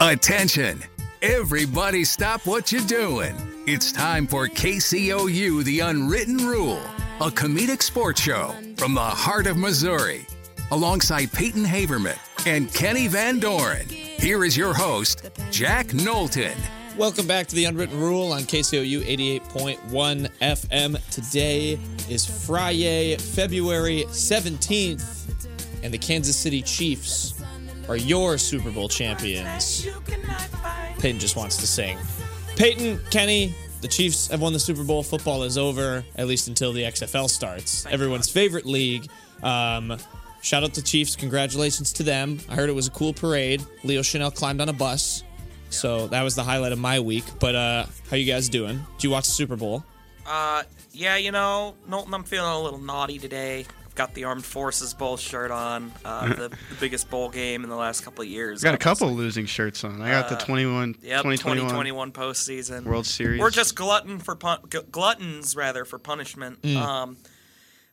Attention! Everybody stop what you're doing. It's time for KCOU The Unwritten Rule, a comedic sports show from the heart of Missouri. Alongside Peyton Haverman and Kenny Van Doren, here is your host, Jack Knowlton. Welcome back to the Unwritten Rule on KCOU 88.1 FM. Today is Friday, February 17th, and the Kansas City Chiefs are your Super Bowl champions. Peyton just wants to sing. Peyton, Kenny, the Chiefs have won the Super Bowl. Football is over, at least until the XFL starts. Everyone's favorite league. Um, shout out to Chiefs. Congratulations to them. I heard it was a cool parade. Leo Chanel climbed on a bus. So that was the highlight of my week. But uh, how you guys doing? Did you watch the Super Bowl? Uh, yeah, you know, Knowlton, I'm feeling a little naughty today. I've got the Armed Forces Bowl shirt on, uh, the, the biggest bowl game in the last couple of years. I got a couple losing shirts on. I Uh, got the 21, Yep, 2021. 2021 postseason World Series. We're just glutton for pun- gl- gluttons rather for punishment. Mm. Um,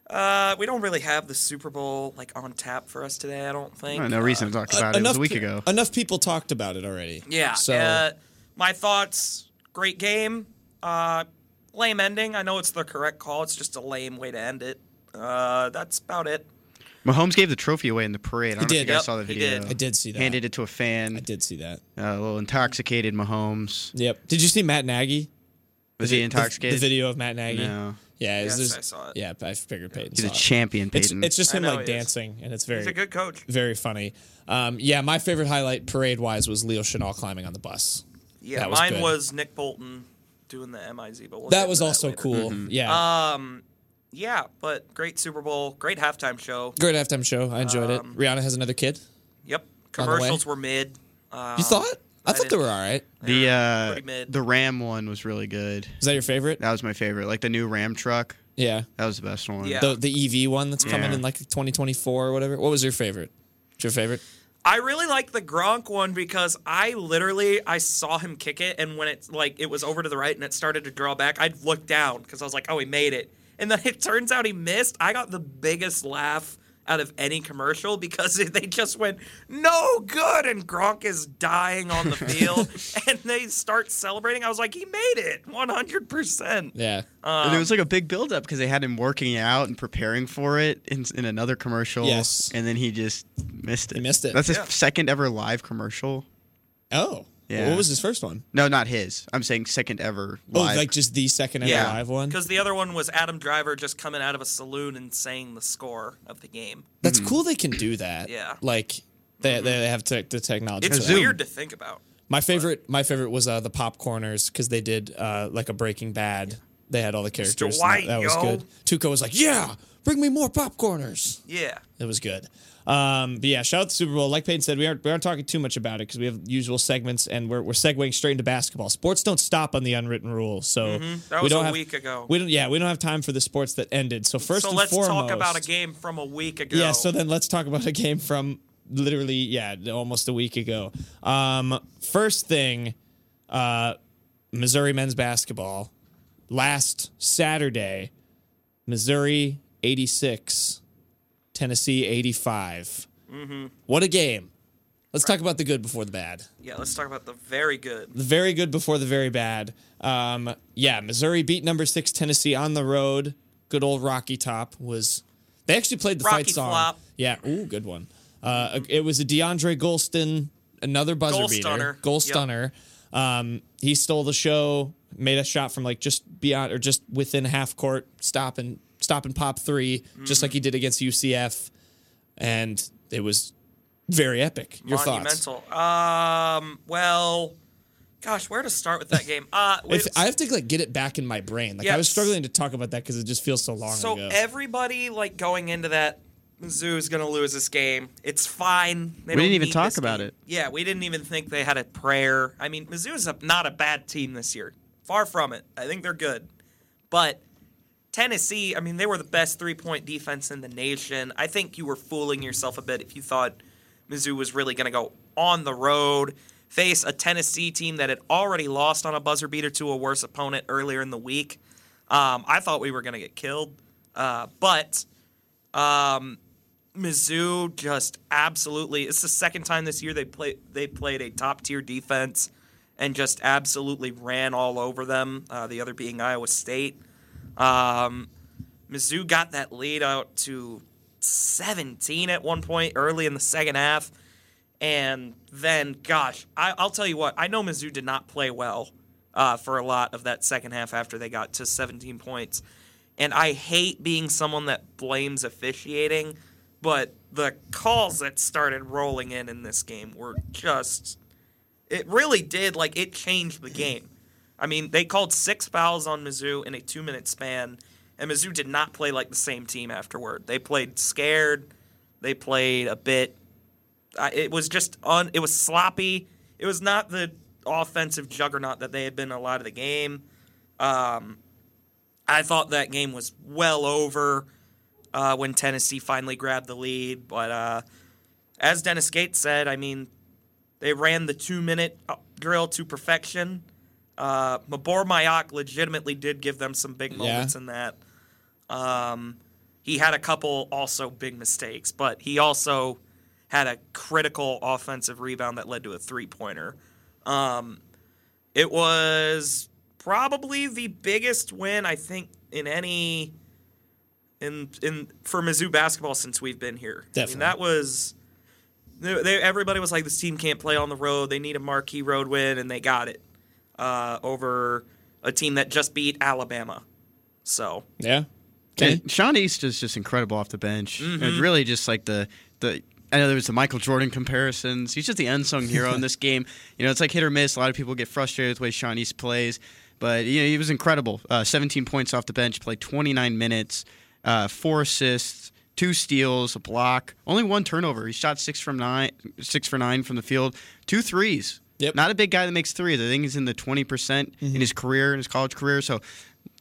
uh, we don't really have the Super Bowl like on tap for us today. I don't think. Oh, no reason to talk about it. It was a week pe- ago. Uh, Enough people talked about it already. Yeah. So Uh, my thoughts. Great game. Uh, lame ending. I know it's the correct call. It's just a lame way to end it. Uh, that's about it. Mahomes gave the trophy away in the parade. I don't know did. if you guys Yep, saw the he video. did. I did see that. Handed it to a fan. I did see that. Uh, a little intoxicated Mahomes. Yep. Did you see Matt Nagy? Was he The- The, intoxicated? video of Matt Nagy. No. Yeah. Yes, It's just, I saw it. Yeah, I figured Peyton. He's a saw it. champion, It's, Peyton. it's just I him know like he is. dancing, and it's very He's a good coach. very funny. Um, yeah, my favorite highlight parade wise was Leo Chanel climbing on the bus. Yeah, That was mine good. was Nick Bolton doing the MIZ, but we'll get That to was also later. Um, cool. Mm-hmm. Yeah. Yeah, but great Super Bowl, great halftime show. Great halftime show. I enjoyed um, it. Rihanna has another kid. Yep, On the way. commercials were mid. Uh, You thought? I, I thought they didn't- were all right. the uh, pretty mid. the Ram one was really good. Is that your favorite? That was my favorite. Like the new Ram truck. Yeah. That was the best one. Yeah. The the EV one that's coming Yeah. in like 2024 or whatever. What was your favorite? What's your favorite? I really like the Gronk one because I literally I saw him kick it, and when it's like it was over to the right and it started to draw back, I'd look down because I was like, oh, he made it, and then it turns out he missed. I got the biggest laugh out of any commercial because they just went no good and Gronk is dying on the field and they start celebrating. I was like, he made it 100%. Yeah. Um, and it Um, was like a big buildup because they had him working out and preparing for it in, in another commercial. Yes. And then he just missed it. missed it. That's his Yeah. second ever live commercial. oh. Yeah. What was his first one? No, not his. I'm saying second ever Oh, live. like just the second ever Yeah. live one. Because the other one was Adam Driver just coming out of a saloon and saying the score of the game. That's cool. They can do that. Yeah. Mm-hmm. Like they, they have tech the technology. It's for that. weird to think about. My favorite, my favorite was uh, the popcorners because they did uh, like a Breaking Bad. They had all the characters. and that- White, that, was yo. good. Tuco was like, "Yeah, bring me more popcorners." Yeah. It was good. Um, but yeah, shout out to Super Bowl. Like Peyton said, we aren't we aren't talking too much about it because we have usual segments and we're we're segueing straight into basketball. Sports don't stop on the unwritten rule, so Mm-hmm. That we was don't a have, week ago. We don't. Yeah, we don't have time for the sports that ended. So first so and let's foremost, talk about a game from a week ago. Yeah. So then let's talk about a game from literally yeah almost a week ago. Um, first thing, uh, Missouri men's basketball last Saturday, Missouri eighty six, Tennessee eighty What a game! Let's talk about the good before the bad yeah, let's talk about the very good. the very good before the very bad. Um, yeah, Missouri beat number six Tennessee on the road. Good old Rocky Top was. They actually played the Rocky fight song. Flop. Yeah, ooh, good one. Uh, it was a DeAndre Golston, another buzzer Goal beater, stunner. goal Yep. stunner. Um, he stole the show, made a shot from like just beyond or just within half court, stop and stop and pop 3 Mm. just like he did against UCF, and it was very epic. Your thoughts? monumental. Um, well, gosh, where to start with that game? Uh, If, it's- I have to like get it back in my brain. Like I Yeah. was struggling to talk about that because it just feels so long so ago. everybody like going into that Mizzou is gonna lose this game. It's fine. They We didn't don't even need talk this about game. it. Yeah, we didn't even think they had a prayer. I mean, Mizzou's a, not a bad team this year. Far from it. I think they're good, but Tennessee. I mean, they were the best three-point defense in the nation. I think you were fooling yourself a bit if you thought Mizzou was really gonna go on the road. Face a Tennessee team that had already lost on a buzzer beater to a worse opponent earlier in the week. Um, I thought we were going to get killed, uh, but um, Mizzou just absolutely. It's the second time this year they play they played a top tier defense and just absolutely ran all over them. Uh, the other being Iowa State. Um, Mizzou got that lead out to 17 at one point early in the second half, and then gosh, I, I'll tell you what. I know Mizzou did not play well uh, for a lot of that second half after they got to 17 points. And I hate being someone that blames officiating, but the calls that started rolling in in this game were just. It really did, like, it changed the game. I mean, they called six fouls on Mizzou in a two minute span, and Mizzou did not play like the same team afterward. They played scared, they played a bit. I, it was just on. It was sloppy. It was not the offensive juggernaut that they had been a lot of the game. Um, I thought that game was well over uh, when Tennessee finally grabbed the lead. But uh, as Dennis Gates said, I mean, they ran the two minute drill to perfection. Uh, Mabor Mayock legitimately did give them some big moments in that. Um, he had a couple also big mistakes, but he also had a critical offensive rebound that led to a three pointer. Um, it was probably the biggest win I think in any in in for Mizzou basketball since we've been here. I mean, Definitely. that was they, they, everybody was like, this team can't play on the road. They need a marquee road win, and they got it uh, over a team that just beat Alabama. So Yeah. Okay. And Sean East is just incredible off the bench. And really just like the the I know there was the Michael Jordan comparisons. He's just the unsung hero in this game. You know, it's like hit or miss. A lot of people get frustrated with the way Sean East plays, but you know, he was incredible. Uh, 17 points off the bench, played 29 minutes, uh, four assists, two steals, a block, only one turnover. He shot six from nine, six for nine from the field, two threes. Yep. Mm-hmm. Not a big guy that makes threes. I think he's in the 20% percent in his career, in his college career. So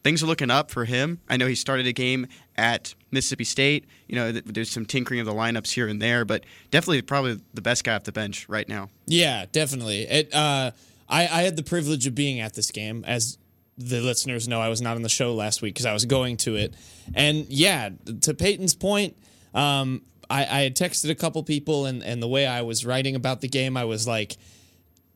things are looking up for him. I know he started a game at Mississippi State. You know, th- there's some tinkering of the lineups here and there, but definitely probably the best guy off the bench right now. Yeah, definitely. It. Uh, I I had the privilege of being at this game, as the listeners know. I was not on the show last week because I was going to it, and yeah, to Peyton's point, um, I I had texted a couple people, and and the way I was writing about the game, I was like.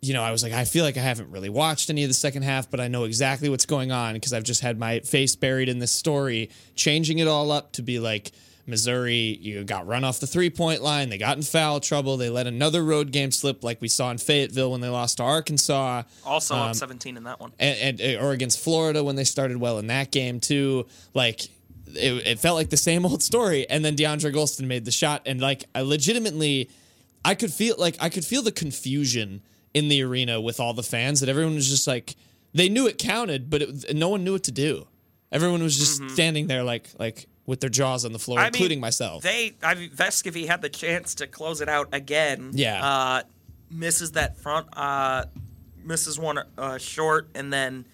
you know, I was like, I feel like I haven't really watched any of the second half, but I know exactly what's going on because I've just had my face buried in this story, changing it all up to be like Missouri, you got run off the three point line, they got in foul trouble, they let another road game slip, like we saw in Fayetteville when they lost to Arkansas also up 17 in that one. and, and uh, or against Florida when they started well in that game too. Like it, it felt like the same old story. And then DeAndre Golston made the shot, and like I legitimately, I could feel like I could feel the confusion in the arena with all the fans that everyone was just like they knew it counted, but it, no one knew what to do. Everyone was just standing there like like with their jaws on the floor, Mm-hmm. I mean, including myself. They, I mean, Vescovy had the chance to close it out again. Yeah. Uh, misses that front, uh, misses one uh, short, and then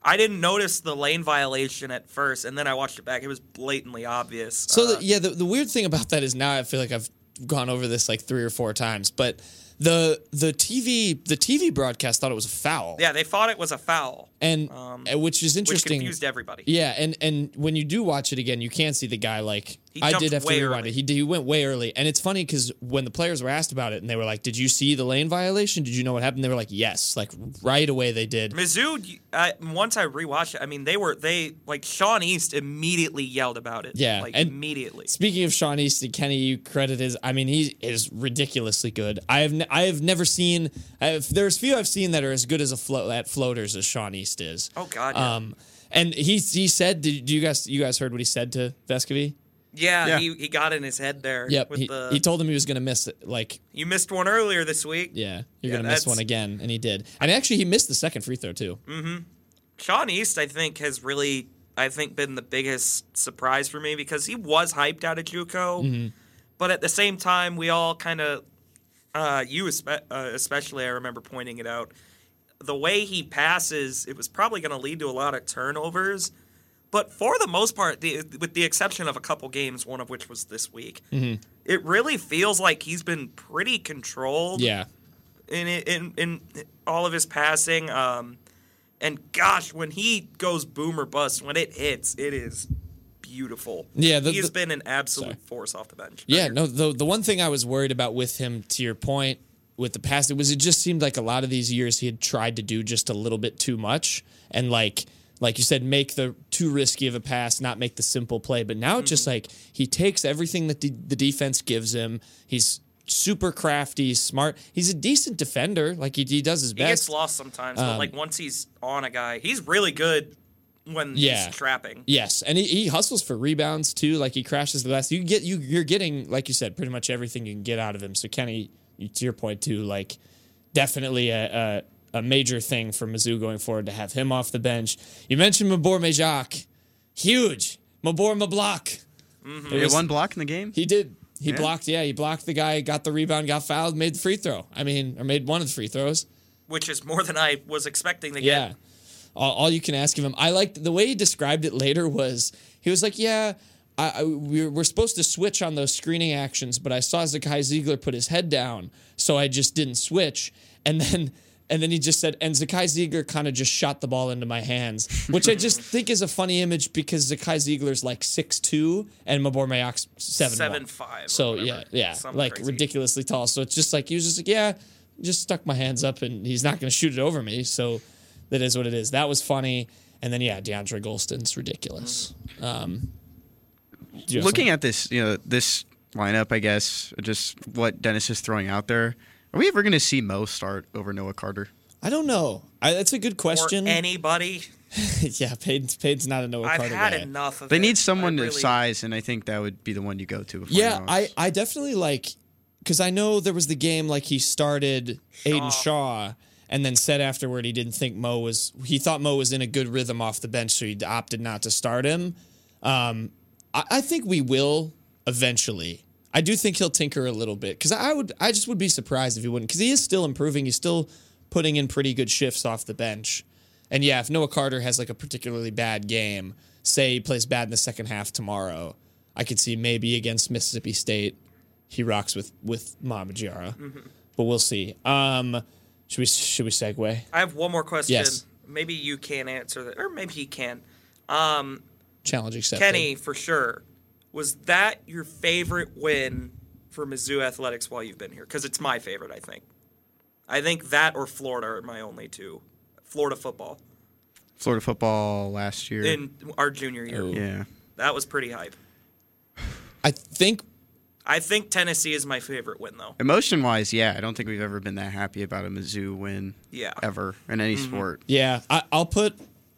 I didn't notice the lane violation at first, and then I watched it back. It was blatantly obvious. So uh, the, yeah, the, the weird thing about that is now I feel like I've gone over this like three or four times, but the the TV the TV broadcast thought it was a foul, yeah, they thought it was a foul, and um, uh, which is which interesting. confused everybody. yeah, and and when you do watch it again, you can see the guy like He I jumped did have to way rewind early. it. He did, he went way early, and it's funny because when the players were asked about it and they were like, "Did you see the lane violation? Did you know what happened?" They were like, "Yes," like right away they did. Mizzou, you- I, once I rewatched it, I mean, they were they like Sean East immediately yelled about it. Yeah, like and- immediately. Speaking of Sean Easton, Kenny, you credit is. I mean, he is ridiculously good. I have n- I have never seen. I have, there's few I've seen that are as good as a float at floaters as Sean East is. Oh God, yeah. Um, and he he said, did do you guys you guys heard what he said to Vescovy? yeah, yeah. He, he got in his head there. Yep. with He, the, he told him he was gonna miss it. Like, you missed one earlier this week. yeah, you're Yeah, gonna miss that's- Mm-hmm. one again, and he did. And actually, he missed the second free throw too. Sean East, I think, has really, I think, been the biggest surprise for me because he was hyped out of JUCO, but at the same time, we all kind of, uh, you espe- uh, especially, I remember pointing it out. The way he passes, it was probably going to lead to a lot of turnovers, but for the most part, the, with the exception of a couple games, one of which was this week, it really feels like he's been pretty controlled Yeah. in in in all of his passing. Um, and gosh, when he goes boom or bust, when it hits, it is beautiful. Yeah, the- he has the- been an absolute Sorry. force off the bench. Yeah, no, the the one thing I was worried about with him, to your point, with the past, it was it just seemed like a lot of these years he had tried to do just a little bit too much, and like like you said, make the too risky of a pass, not make the simple play. But now it's just like he takes everything that the, the defense gives him. He's super crafty, smart. He's a decent defender. Like he, he does his he gets best. lost sometimes, but like um, once he's on a guy, he's really good when Yeah. he's trapping. Yes, and he, he hustles for rebounds too. Like he crashes the glass. You get you you're getting like you said pretty much everything you can get out of him. So Kenny, you, to your point too, like definitely a, a a major thing for Mizzou going forward to have him off the bench. You mentioned Mabor Majak, huge Mabor Mablock. He had one block in the game. He did. He blocked. Yeah, he blocked the guy. Got the rebound. Got fouled. Made the free throw. I mean, or made one of the free throws. which is more than I was expecting to Yeah. get. All, all you can ask of him. I liked the way he described it later was he was like, yeah, I, I, we're, we're supposed to switch on those screening actions, but I saw Zakai Ziegler put his head down, so I just didn't switch. And then and then he just said, and Zakai Ziegler kind of just shot the ball into my hands, which I just think is a funny image because Zakai Ziegler's like 6'2 and Mabor Mayak's 7'1. 7'5" or So, whatever. yeah, yeah, Something like ridiculous crazy. ridiculously tall. So it's just like he was just like, yeah, just stuck my hands up, and he's not going to shoot it over me. So that is what it is. That was funny. And then yeah, DeAndre Golston's ridiculous. Um, do you have Looking at this, you know, this lineup, I guess, just what Dennis is throwing out there. Are we ever going to see Mo start over Noah Carter? some- I don't know. I, that's a good Or question. anybody. yeah, Payton's, Payton's not a Noah I've Carter had guy. enough of They it. need someone I of really- size, and I think that would be the one you go to. before Yeah, Noah. I, I definitely like because I know there was the game like he started Aiden Shaw and then said afterward he didn't think Mo was he thought Mo was in a good rhythm off the bench so he opted not to start him. Um, I, I think we will eventually. I do think he'll tinker a little bit because I would I just would be surprised if he wouldn't because he is still improving. He's still putting in pretty good shifts off the bench. And yeah, if Noah Carter has like a particularly bad game, say he plays bad in the second half tomorrow, I could see maybe against Mississippi State he rocks with with Mama Giara. But we'll see. Um, should we should we segue? I have one more question. Yes. Maybe you can answer that, or maybe he can. Um, Challenge accepted. Kenny, for sure. Was that your favorite win for Mizzou athletics while you've been here? Because it's my favorite, I think. I think that or Florida are my only two. Florida football Florida football last year. in our junior year. Oh. yeah. That was pretty hype. I think I think Tennessee is my favorite win, though. Emotion wise, yeah, I don't think we've ever been that happy about a Mizzou win. Yeah. Ever in any sport. yeah. I, I'll put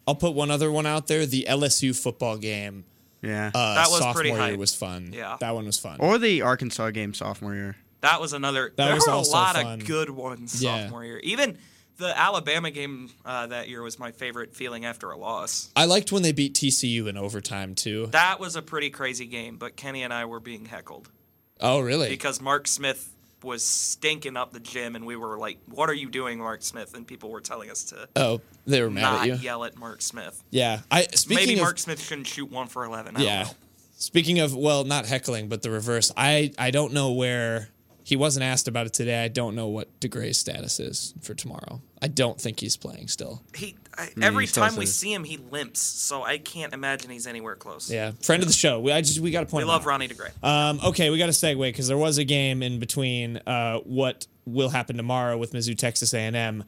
I'll put one other one out there. The LSU football game. Yeah. Uh, That was sophomore pretty year hype. was fun. Yeah. that one was fun. or the Arkansas game sophomore year. That was another. That there was were a also lot fun. of good ones Yeah. sophomore year. Even the Alabama game uh, that year was my favorite feeling after a loss. I liked when they beat TCU in overtime too. That was a pretty crazy game, but Kenny and I were being heckled oh really? because Mark Smith was stinking up the gym, and we were like, "What are you doing, Mark Smith?" And people were telling us to oh, they were mad not at you. yell at Mark Smith. Yeah, I speaking Maybe of Mark Smith shouldn't shoot one for eleven. I don't yeah. know. Speaking of well, not heckling, but the reverse. I I don't know where he wasn't asked about it today. I don't know what DeGray's status is for tomorrow. I don't think he's playing still. He I, Mm, every still time we says- see him, he limps. So I can't imagine he's anywhere close. Yeah, friend of the show. We I just we got to point. We him love out. Ronnie DeGray. Um, okay, we got to segue because there was a game in between uh, what will happen tomorrow with Mizzou, Texas A&M.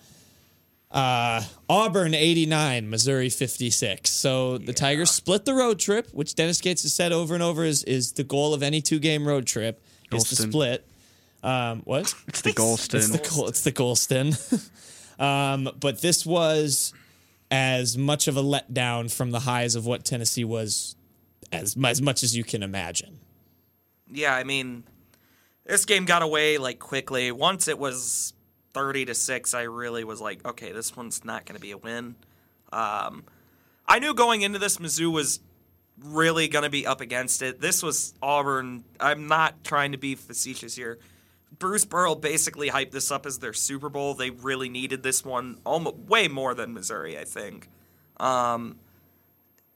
Uh, Auburn 89, Missouri 56. So the Tigers split the road trip, which Dennis Gates has said over and over is is the goal of any two game road trip is to Golston. split. Um, what? It's the Golston. It's the Gol- it's the Golston. um, but this was as much of a letdown from the highs of what Tennessee was as as much as you can imagine. yeah, I mean, this game got away like quickly. Once it was thirty to six, I really was like, okay, this one's not going to be a win. Um, I knew going into this, Mizzou was really going to be up against it. This was Auburn. I'm not trying to be facetious here. Bruce Pearl basically hyped this up as their Super Bowl. They really needed this one almost way more than Missouri, I think. Um,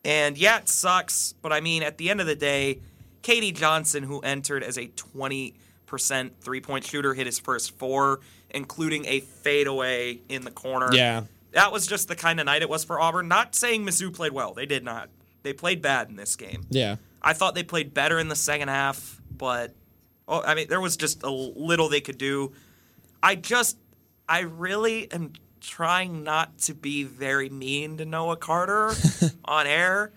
And yeah, it sucks, but I mean, at the end of the day, Katie Johnson, who entered as a 20% three point shooter, hit his first four, including a fadeaway in the corner. Yeah. That was just the kind of night it was for Auburn. Not saying Mizzou played well, they did not. They played bad in this game. Yeah. I thought they played better in the second half, but oh, I mean, there was just a little they could do. I just, I really am trying not to be very mean to Noah Carter on air,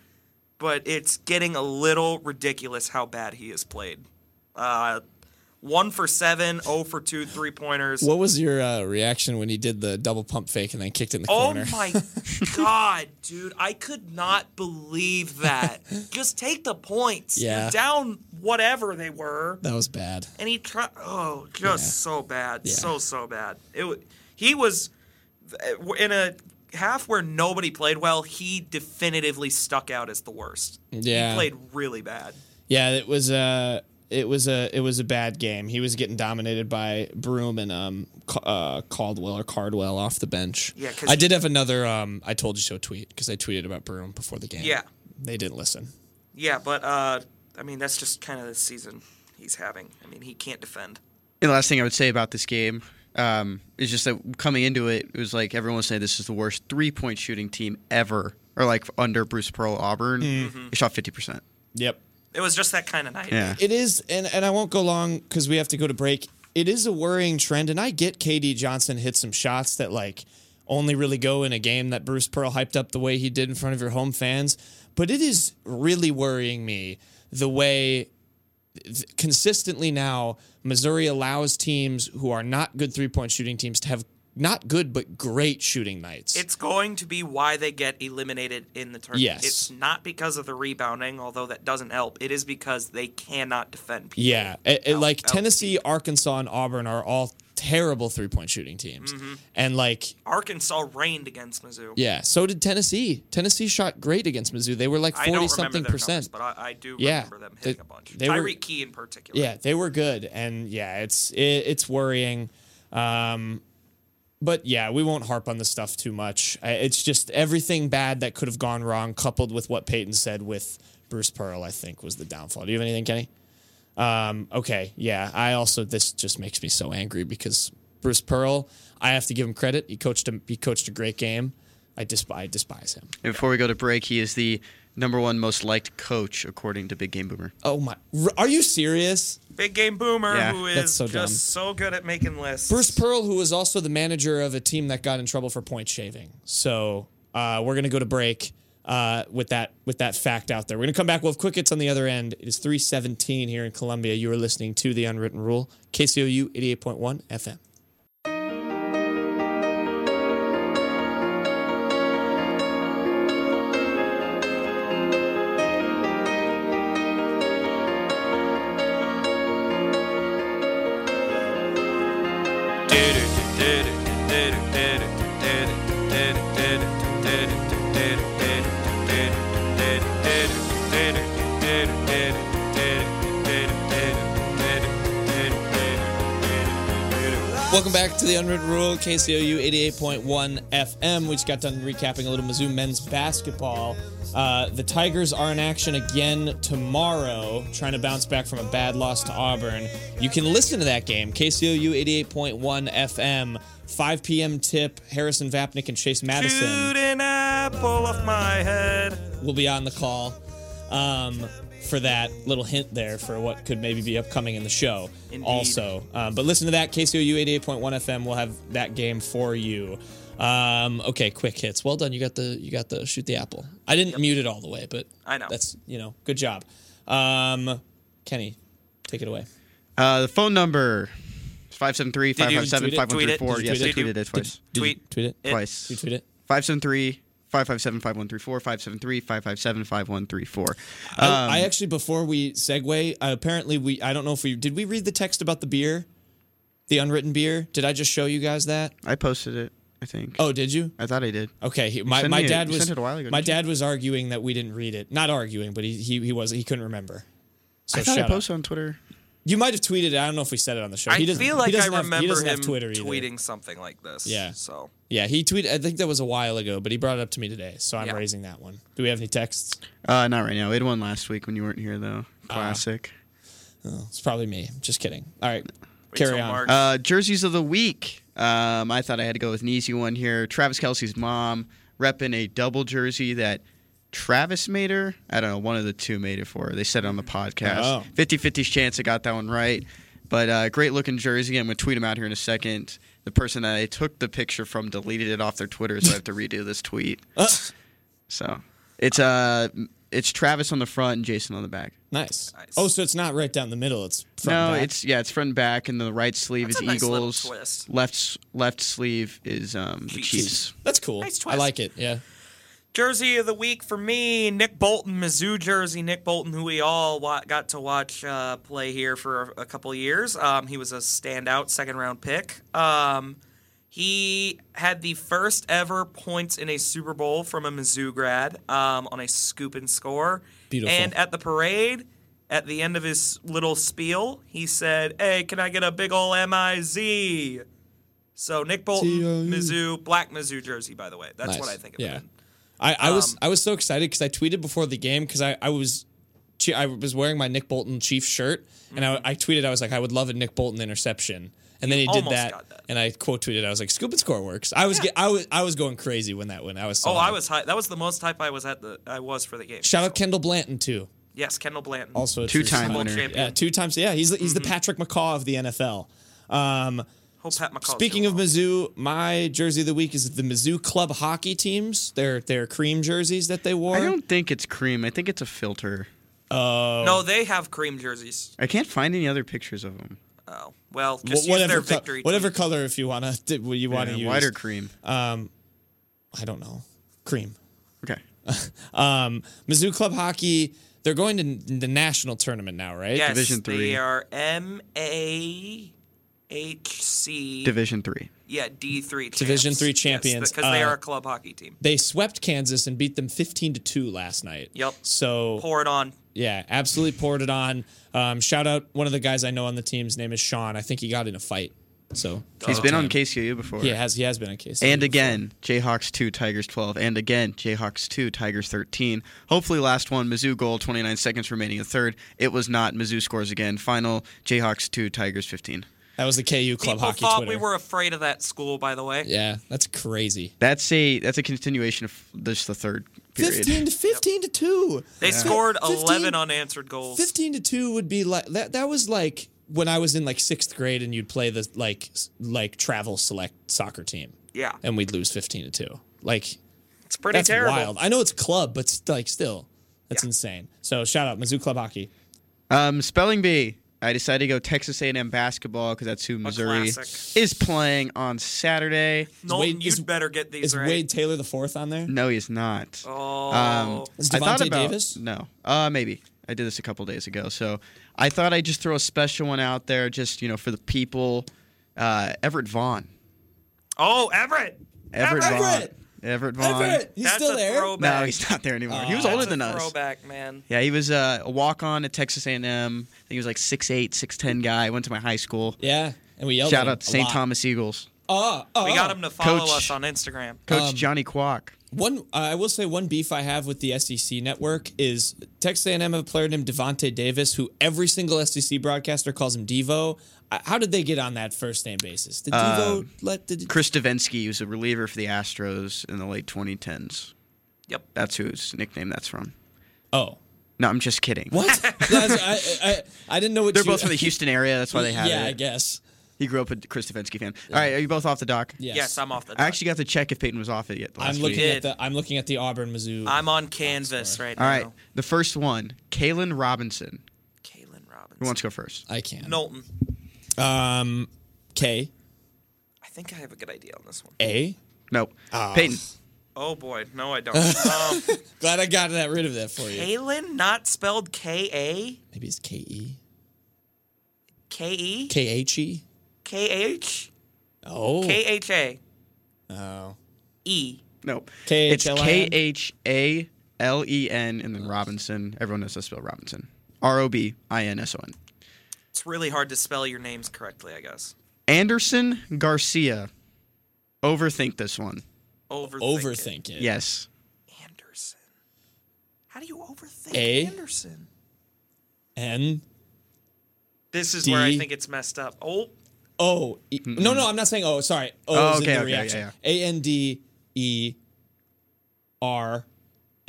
but it's getting a little ridiculous how bad he has played. Uh, one for seven, oh for two, three pointers. What was your uh, reaction when he did the double pump fake and then kicked it in the Oh corner? my god, dude! I could not believe that. Just take the points. You're Yeah. down whatever they were, That was bad. and he tried. Oh, just Yeah. so bad, Yeah. so so bad. It. wa- He was in a half where nobody played well. He definitively stuck out as the worst. Yeah. he played really bad. Yeah, it was a it was a it was a bad game. He was getting dominated by Broom and um Ca- uh, Caldwell or Cardwell off the bench. Yeah, 'cause I he- did have another um I told you so tweet because I tweeted about Broom before the game. Yeah. they didn't listen. Yeah, but uh, I mean that's just kind of the season he's having. I mean he can't defend. And the last thing I would say about this game um, is just that coming into it, it was like everyone was saying this is the worst three point shooting team ever, or like under Bruce Pearl Auburn. Mm-hmm. They shot 50%. Yep. It was just that kind of night. Yeah. It is, and, and I won't go long because we have to go to break. It is a worrying trend, and I get KD Johnson hit some shots that like only really go in a game that Bruce Pearl hyped up the way he did in front of your home fans. But it is really worrying me the way th- consistently now Missouri allows teams who are not good three point shooting teams to have not good but great shooting nights. It's going to be why they get eliminated in the tournament. Yes. It's not because of the rebounding, although that doesn't help. It is because they cannot defend people. Yeah, it- it- like out Tennessee, Arkansas, and Auburn are all terrible three point shooting teams, and like Arkansas reigned against Mizzou. Yeah, so did Tennessee. Tennessee shot great against Mizzou. They were like I don't forty remember something their percent. numbers, but I, I do Yeah, remember them hitting they- a bunch. they were- Tyreek Key in particular. yeah, they were good, and yeah, it's it, it's worrying. Um, but yeah, we won't harp on this stuff too much. I- It's just everything bad that could have gone wrong, coupled with what Peyton said with Bruce Pearl, I think was the downfall. Do you have anything, Kenny? Um, okay, yeah, I also this just makes me so angry because Bruce Pearl, I have to give him credit. He coached him. He coached a great game. I despise I despise him. And before we go to break, he is the number one most liked coach, according to Big Game Boomer. Oh my! Are you serious? Big game boomer Yeah. who That's is so dumb. just so good at making lists. Bruce Pearl, who was also the manager of a team that got in trouble for point shaving. So uh, we're gonna go to break uh, with that with that fact out there. We're gonna come back. We'll have quick hits on the other end. It is three seventeen here in Columbia. You are listening to the Unwritten Rule, KCOU eighty eight point one FM. Welcome back to the Unwritten Rule, KCOU 88.1 FM. We just got done recapping a little Mizzou men's basketball. Uh, the Tigers are in action again tomorrow, trying to bounce back from a bad loss to Auburn. You can listen to that game, KCOU 88.1 FM, 5 p.m. tip. Harrison Vapnik and Chase Madison Shoot an apple off my head. will be on the call um, for that little hint there for what could maybe be upcoming in the show. Indeed. Also, um, but listen to that KCOU 88.1 FM. We'll have that game for you. Um, okay, quick hits. Well done. You got the you got the shoot the apple. I didn't mute it all the way, but I know. that's you know good job. Um, Kenny, take it away. Uh, the phone number is 573 557 tweet it? 5134. Did Yes, you I tweet tweeted it? it twice. Did you Tweet tweet it. it. Twice. Did you tweet it. 573 557 5134, 573 557 5134. I, I actually before we segue, uh, apparently we I don't know if we did we read the text about the beer, the unwritten beer. Did I just show you guys that? I posted it, I think. Oh, did you? I thought I did. Okay, he, my, sent my me it- dad you was sent it a while ago, my didn't you? dad was arguing that we didn't read it. Not arguing, but he he, he was he couldn't remember. So I thought I shout out. posted on Twitter. You might have tweeted it. I don't know if we said it on the show. I he doesn't, feel he like I doesn't have- he remember doesn't have him Twitter either. tweeting something like this. Yeah. So Yeah, he tweeted. I think that was a while ago, but he brought it up to me today, so I'm Yeah. raising that one. Do we have any texts? Uh, not right now. We had one last week when you weren't here, though. Classic. It's probably me. Just kidding. Uh-huh. All right, till carry on. March. Uh, jerseys of the week. Um, I thought I had to go with an easy one here. Travis Kelsey's mom repping a double jersey that Travis made her. I don't know. One of the two made it for her. They said it on the Oh. podcast. 50 50 chance I got that one right. But uh, great looking jersey. I'm going to tweet him out here in a second. The person that I took the picture from deleted it off their Twitter, so I have to redo this tweet. Uh, So it's uh, it's Travis on the front and Jason on the back. nice. Nice. Oh, so it's not right down the middle. It's front no, and back. it's yeah, it's front and back, and the right sleeve That's is a nice little Eagles. twist. Left s- left sleeve is um, the Chiefs. Chiefs. that's cool. Nice twist. I like it. Yeah. Jersey of the week for me, Nick Bolton, Mizzou jersey. Nick Bolton, who we all wa- got to watch uh, play here for a, a couple years. Um, he was a standout second round pick. Um, he had the first ever points in a Super Bowl from a Mizzou grad um, on a scoop and score. Beautiful. And at the parade, at the end of his little spiel, he said, "Hey, can I get a big ol' M I Z?" So Nick Bolton, T.O.U.. Mizzou, black Mizzou jersey, by the way. That's Nice. what I think of yeah. it. Um, I, I was I was so excited because I tweeted before the game because I, I was che- I was wearing my Nick Bolton Chiefs shirt and Mm-hmm. I, I tweeted I was like I would love a Nick Bolton interception and then he did almost that, got that. and I quote tweeted I was like scoop and score works I was get, I was I was going crazy when that went I was so Oh, I hyped. was high. That was the most hype I was at the I was for the game. shout out Kendall Blanton too yes, Kendall Blanton. also a Two-time Chiefs fan. winner. World champion. yeah two times yeah he's the- he's Mm-hmm. the Patrick McCaw of the NFL um Hope Pat McCall. Speaking of Mizzou, my jersey of the week is the Mizzou club hockey teams. Their their cream jerseys that they wore. I don't think it's cream. I think it's a filter. Oh. no, they have cream jerseys. I can't find any other pictures of them. Oh well, Wh- just use whatever their co- victory. whatever color if you wanna d- what you wanna use. White or cream? I don't know. Cream. okay. Um, Mizzou club hockey. They're going to n- the national tournament now, right? yes, Division They three. are M A H C. Division three. Yeah, D three. Division three champions, because they uh, are a club hockey team. They swept Kansas and beat them fifteen to two last night. Yep. So Pour it on. yeah, absolutely poured it on. Um, shout out one of the guys I know on the team's name is Sean. I think he got in a fight. So He's Oh, been on Damn. KCU before. He has he has been on case. And again, Jayhawks two, Tigers twelve, and again, Jayhawks two, Tigers thirteen. Hopefully, last one, Mizzou goal, twenty nine seconds remaining, a third. It was not. Mizzou scores again. Final, Jayhawks two, Tigers fifteen. That was the KU club People hockey thought Twitter. we were afraid of that school, by the way. yeah, that's crazy. That's a that's a continuation of this the third period. Fifteen to fifteen to two. They scored 15 eleven unanswered goals. 15 to 2 would be like that that was like when I was in like 6th grade and you'd play the like s- like travel select soccer team Yeah, and we'd lose 15 to 2. Like it's pretty that's terrible. wild. I know it's club but st- like still that's insane. So shout out Mizzou Club Hockey. Um, spelling bee. I decided to go Texas A&M basketball because that's who Missouri classic. is playing on Saturday. Nolan, Wade- you'd is- better get these Is right. Wade Taylor the 4th on there? No, he's not. oh, Um, Is I thought Devontae about Davis? no, uh, maybe I did this a couple days ago. So I thought I'd just throw a special one out there, just you know, for the people. Uh, Everett Vaughn. oh, Everett. Everett, Vaughn. Everett! Everett Vaughn. Everett, he's That's still a there. throwback. No, he's not there anymore. he was Aw. older That's a than us. Throwback, man. Yeah, he was uh, a walk-on at Texas A&M. I think he was like 6'8", 6'10 guy. Went to my high school. Yeah. And we yelled Shout at him out to a St. lot. Thomas Eagles. Oh, oh, We oh. got him to follow Coach- us on Instagram. Um, Coach Johnny Kwok. One, uh, I will say one beef I have with the SEC network is Texas A&M have a player named Devonte Davis, who every single SEC broadcaster calls him Devo. Uh, how did they get on that first name basis? Did Devo let? Did, Um, Chris Davinsky was a reliever for the Astros in the late 2010s. Yep. That's whose nickname that's from. oh, No, I'm just kidding. what? That's- I, I, I didn't know what. They're you, both from the Houston area. That's why they have yeah, I it. guess. He grew up a Chris Stefanski fan. All right, are you both off the dock? Yes, Yes, I'm off the. I actually got to check if Peyton was off it yet. I'm Last looking Week. at the. I'm looking at the Auburn Mizzou. I'm on canvas right All now. right, the first one, Kalen Robinson. Kalen Who Robinson. wants to go first? I can. Knowlton. Um. K I think I have a good idea on this one. A. No, Ah. Peyton. Oh boy, no, I don't. um, Glad I got that rid of that for you. Kalen, not spelled K A Maybe it's K E. K E K H E. K H Oh. K H A oh. E. No, it's K-H-L-I-N? K H A L E N and then Robinson. Everyone knows how to spell Robinson. R O B I N S O N. It's really hard to spell your names correctly, I guess. Anderson Garcia. Overthink this one. Overthink. it. Overthink it. Yes. Anderson. How do you overthink A? Anderson? N This is where I D. think it's messed up. Oh, O E. No, no, I'm not saying O. Sorry. O Oh, is in okay, the okay, reaction. yeah, A N D E R E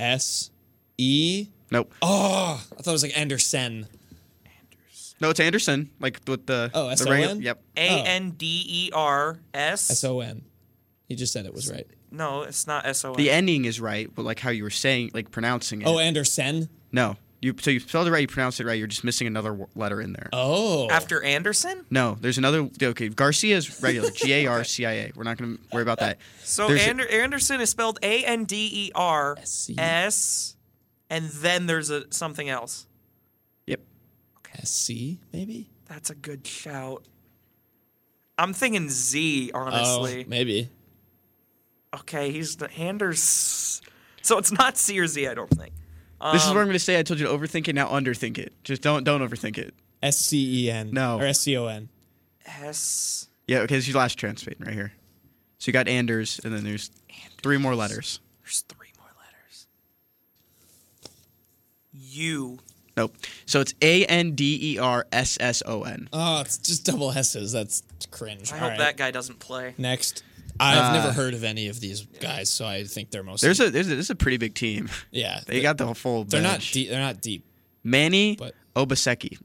S E. Nope. Oh, I thought it was like Anderson. No, it's Anderson. Like with the Oh, the regu- S.O.N.? Yep. A N D E R S. Oh. S O N. You just said it was right. No, it's not S O The N. ending is right, but like how you were saying, like pronouncing it. Oh, Anderson. no. You so you spelled it right, you pronounced it right. You're just missing another w- letter in there. Oh. After Anderson? No, there's another. Okay, Garcia's regular. G A R C I A. We're not going to worry about that. So There's- Ander- Anderson is spelled A N D E R S-E. S, and then there's a something else. Yep. SC, maybe? That's a good shout. I'm thinking Z, honestly. Oh, maybe. okay, he's the Anders. So it's not C or Z, I don't think. This is Um, what I'm going to say. I told you to overthink it. Now underthink it. Just don't don't overthink it. S C E N. No. Or S C O N. S. Yeah. Okay. This is your last chance, Peyton, right here. So you got Anders, and then there's three more letters. There's three more letters. U. Nope. So it's A N D E R S S O N. Oh, it's just double S's. That's cringe. I All hope right. that guy doesn't play. Next. I've never heard of any of these guys, so I think they're mostly. Uh, There's a there's a, this is a pretty big team. yeah. They got the full. They're not bench. deep. They're not deep. Manny But- Obaseki.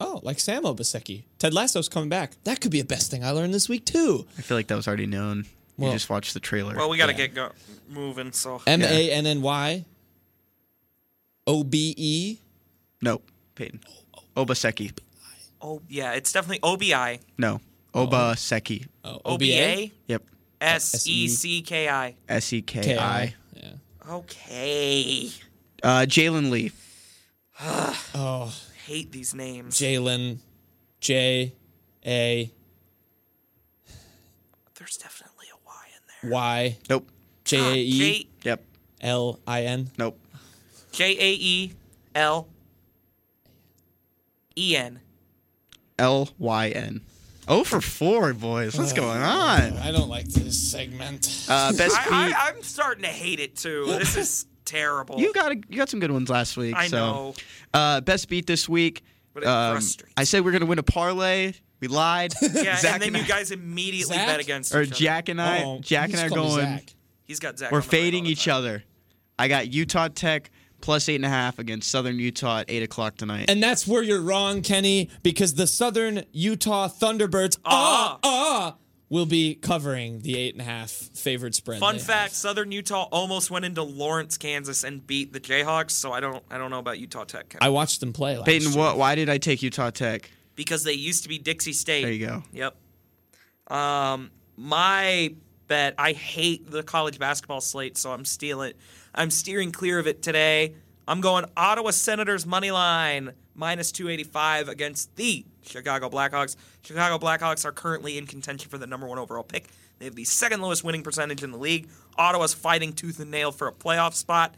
Oh, like Sam Obaseki. Ted Lasso's coming back. That could be a best thing I learned this week too. I feel like that was already known. Well- you just watched the trailer. Well, we got to Yeah. get go- moving, so. M A N N Y O B E. nope. Peyton. Obaseki. oh, yeah, it's definitely OBI. No. Obaseki. Oh, OBA? Yep. S E C K I. S E K K I. I. Yeah. Okay. Uh, Jalen Lee. Oh, Hate these names. Jalen, J, A, There's definitely a Y in there. Y, Nope. J A E J Yep. L I N. Nope. J A E L E N. L Y N. Oh for four, boys. What's going on? I don't like this segment. Uh, best beat. Oh. I, I, I'm starting to hate it too. This is terrible. you got a, you got some good ones last week. I so. know. Uh, best beat this week. But um, it frustrates I said we're gonna win a parlay. We lied. yeah, Zach and then and you I- guys immediately Zach? bet against or each other. Jack and I, Uh-oh. Jack and Oh, Just I are call me going. Zach. He's got Zach. We're on the brain all fading the each time. other. I got Utah Tech plus eight and a half against Southern Utah at eight o'clock tonight. And that's where you're wrong, Kenny, because the Southern Utah Thunderbirds ah ah will be covering the eight and a half favored spread. Fun they have. fact: Southern Utah almost went into Lawrence, Kansas, and beat the Jayhawks. So I don't, I don't know about Utah Tech I watched them play last Peyton, year. what? Why did I take Utah Tech? because they used to be Dixie State. There you go. Yep. Um, my bet. I hate the college basketball slate, so I'm stealing. I'm steering clear of it today. I'm going Ottawa Senators money line minus 285 against the Chicago Blackhawks. Chicago Blackhawks are currently in contention for the number one overall pick. They have the second lowest winning percentage in the league. Ottawa's fighting tooth and nail for a playoff spot.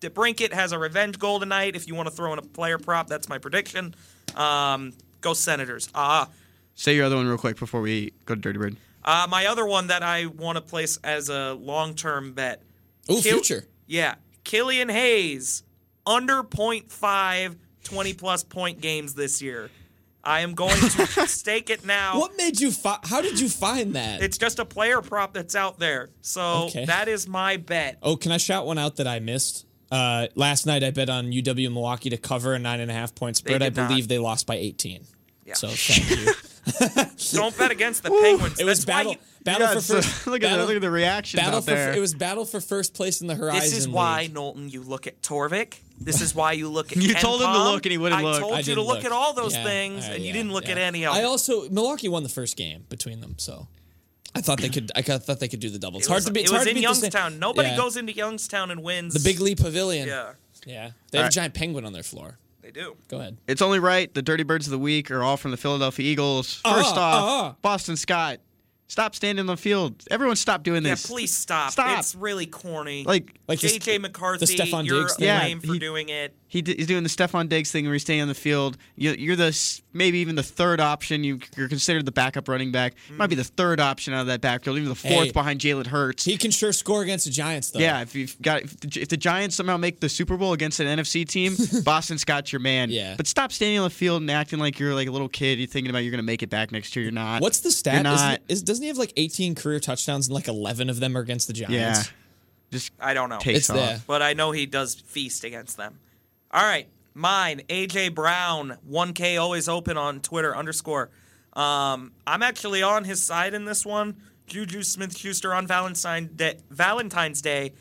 DeBrinket has a revenge goal tonight. If you want to throw in a player prop, that's my prediction. Um, go Senators. Ah. Say your other one real quick before we go to Dirty Bird. Uh, my other one that I want to place as a long term bet. Ooh, Kill- future. Yeah. Killian Hayes, under 0.5 20 plus point games this year. I am going to stake it now. What made you? Fi- how did you find that? It's just a player prop that's out there. So Okay. that is my bet. Oh, can I shout one out that I missed? Uh, last night I bet on UW Milwaukee to cover a nine and a half point spread. I did not. believe they lost by eighteen. Yeah. So thank you. Don't bet against the Penguins. It was That's why battle, you- battle Yeah, for so- first. look at battle, the, look at the reactions battle out for, there. It was battle for first place in the Horizon. This is League. why Knowlton, you look at Torvik. This is why you look at. You Ken told him to Pom. look and he wouldn't I look. told I you to look, at all those things, and you didn't look at any of them. I them. also Milwaukee won the first game between them, so I thought they could. I ca- thought they could do the double. It's It hard was- to beat. It's It was hard to in beat the same- Youngstown. Nobody Yeah. goes into Youngstown and wins. the Big Lee Pavilion. Yeah, yeah. They have a All right. giant penguin on their floor. they do. Go ahead. It's only right. The Dirty Birds of the Week are all from the Philadelphia Eagles. First Uh-huh, off, uh-huh. Boston Scott, stop standing on the field. Everyone, stop doing Yeah, this. please stop. Stop. It's really corny. Like Like the JJ st- McCarthy, the Stefan you're Diggs thing. Yeah, lame for he- doing it. he d- he's doing the Stefan Diggs thing, where he's staying on the field. You, you're the s- maybe even the third option. You, you're considered the backup running back. Might be the third option out of that backfield, even the fourth Hey. behind Jalen Hurts. He can sure score against the Giants though. yeah, if you've got if the, Gi- if the Giants somehow make the Super Bowl against an NFC team, Boston Scott's your man. Yeah. but stop standing on the field and acting like you're like a little kid. You're thinking about you're gonna make it back next year. You're not. What's the You're stat? Is not. he- is- doesn't he have like 18 career touchdowns and like 11 of them are against the Giants? yeah. Just I don't know. takes It's off. there. but I know he does feast against them. All right, mine AJ Brown, one K always open on Twitter underscore. Um, I'm actually on his side in this one. Juju Smith Schuster on Valentine's Day, Valentine's Day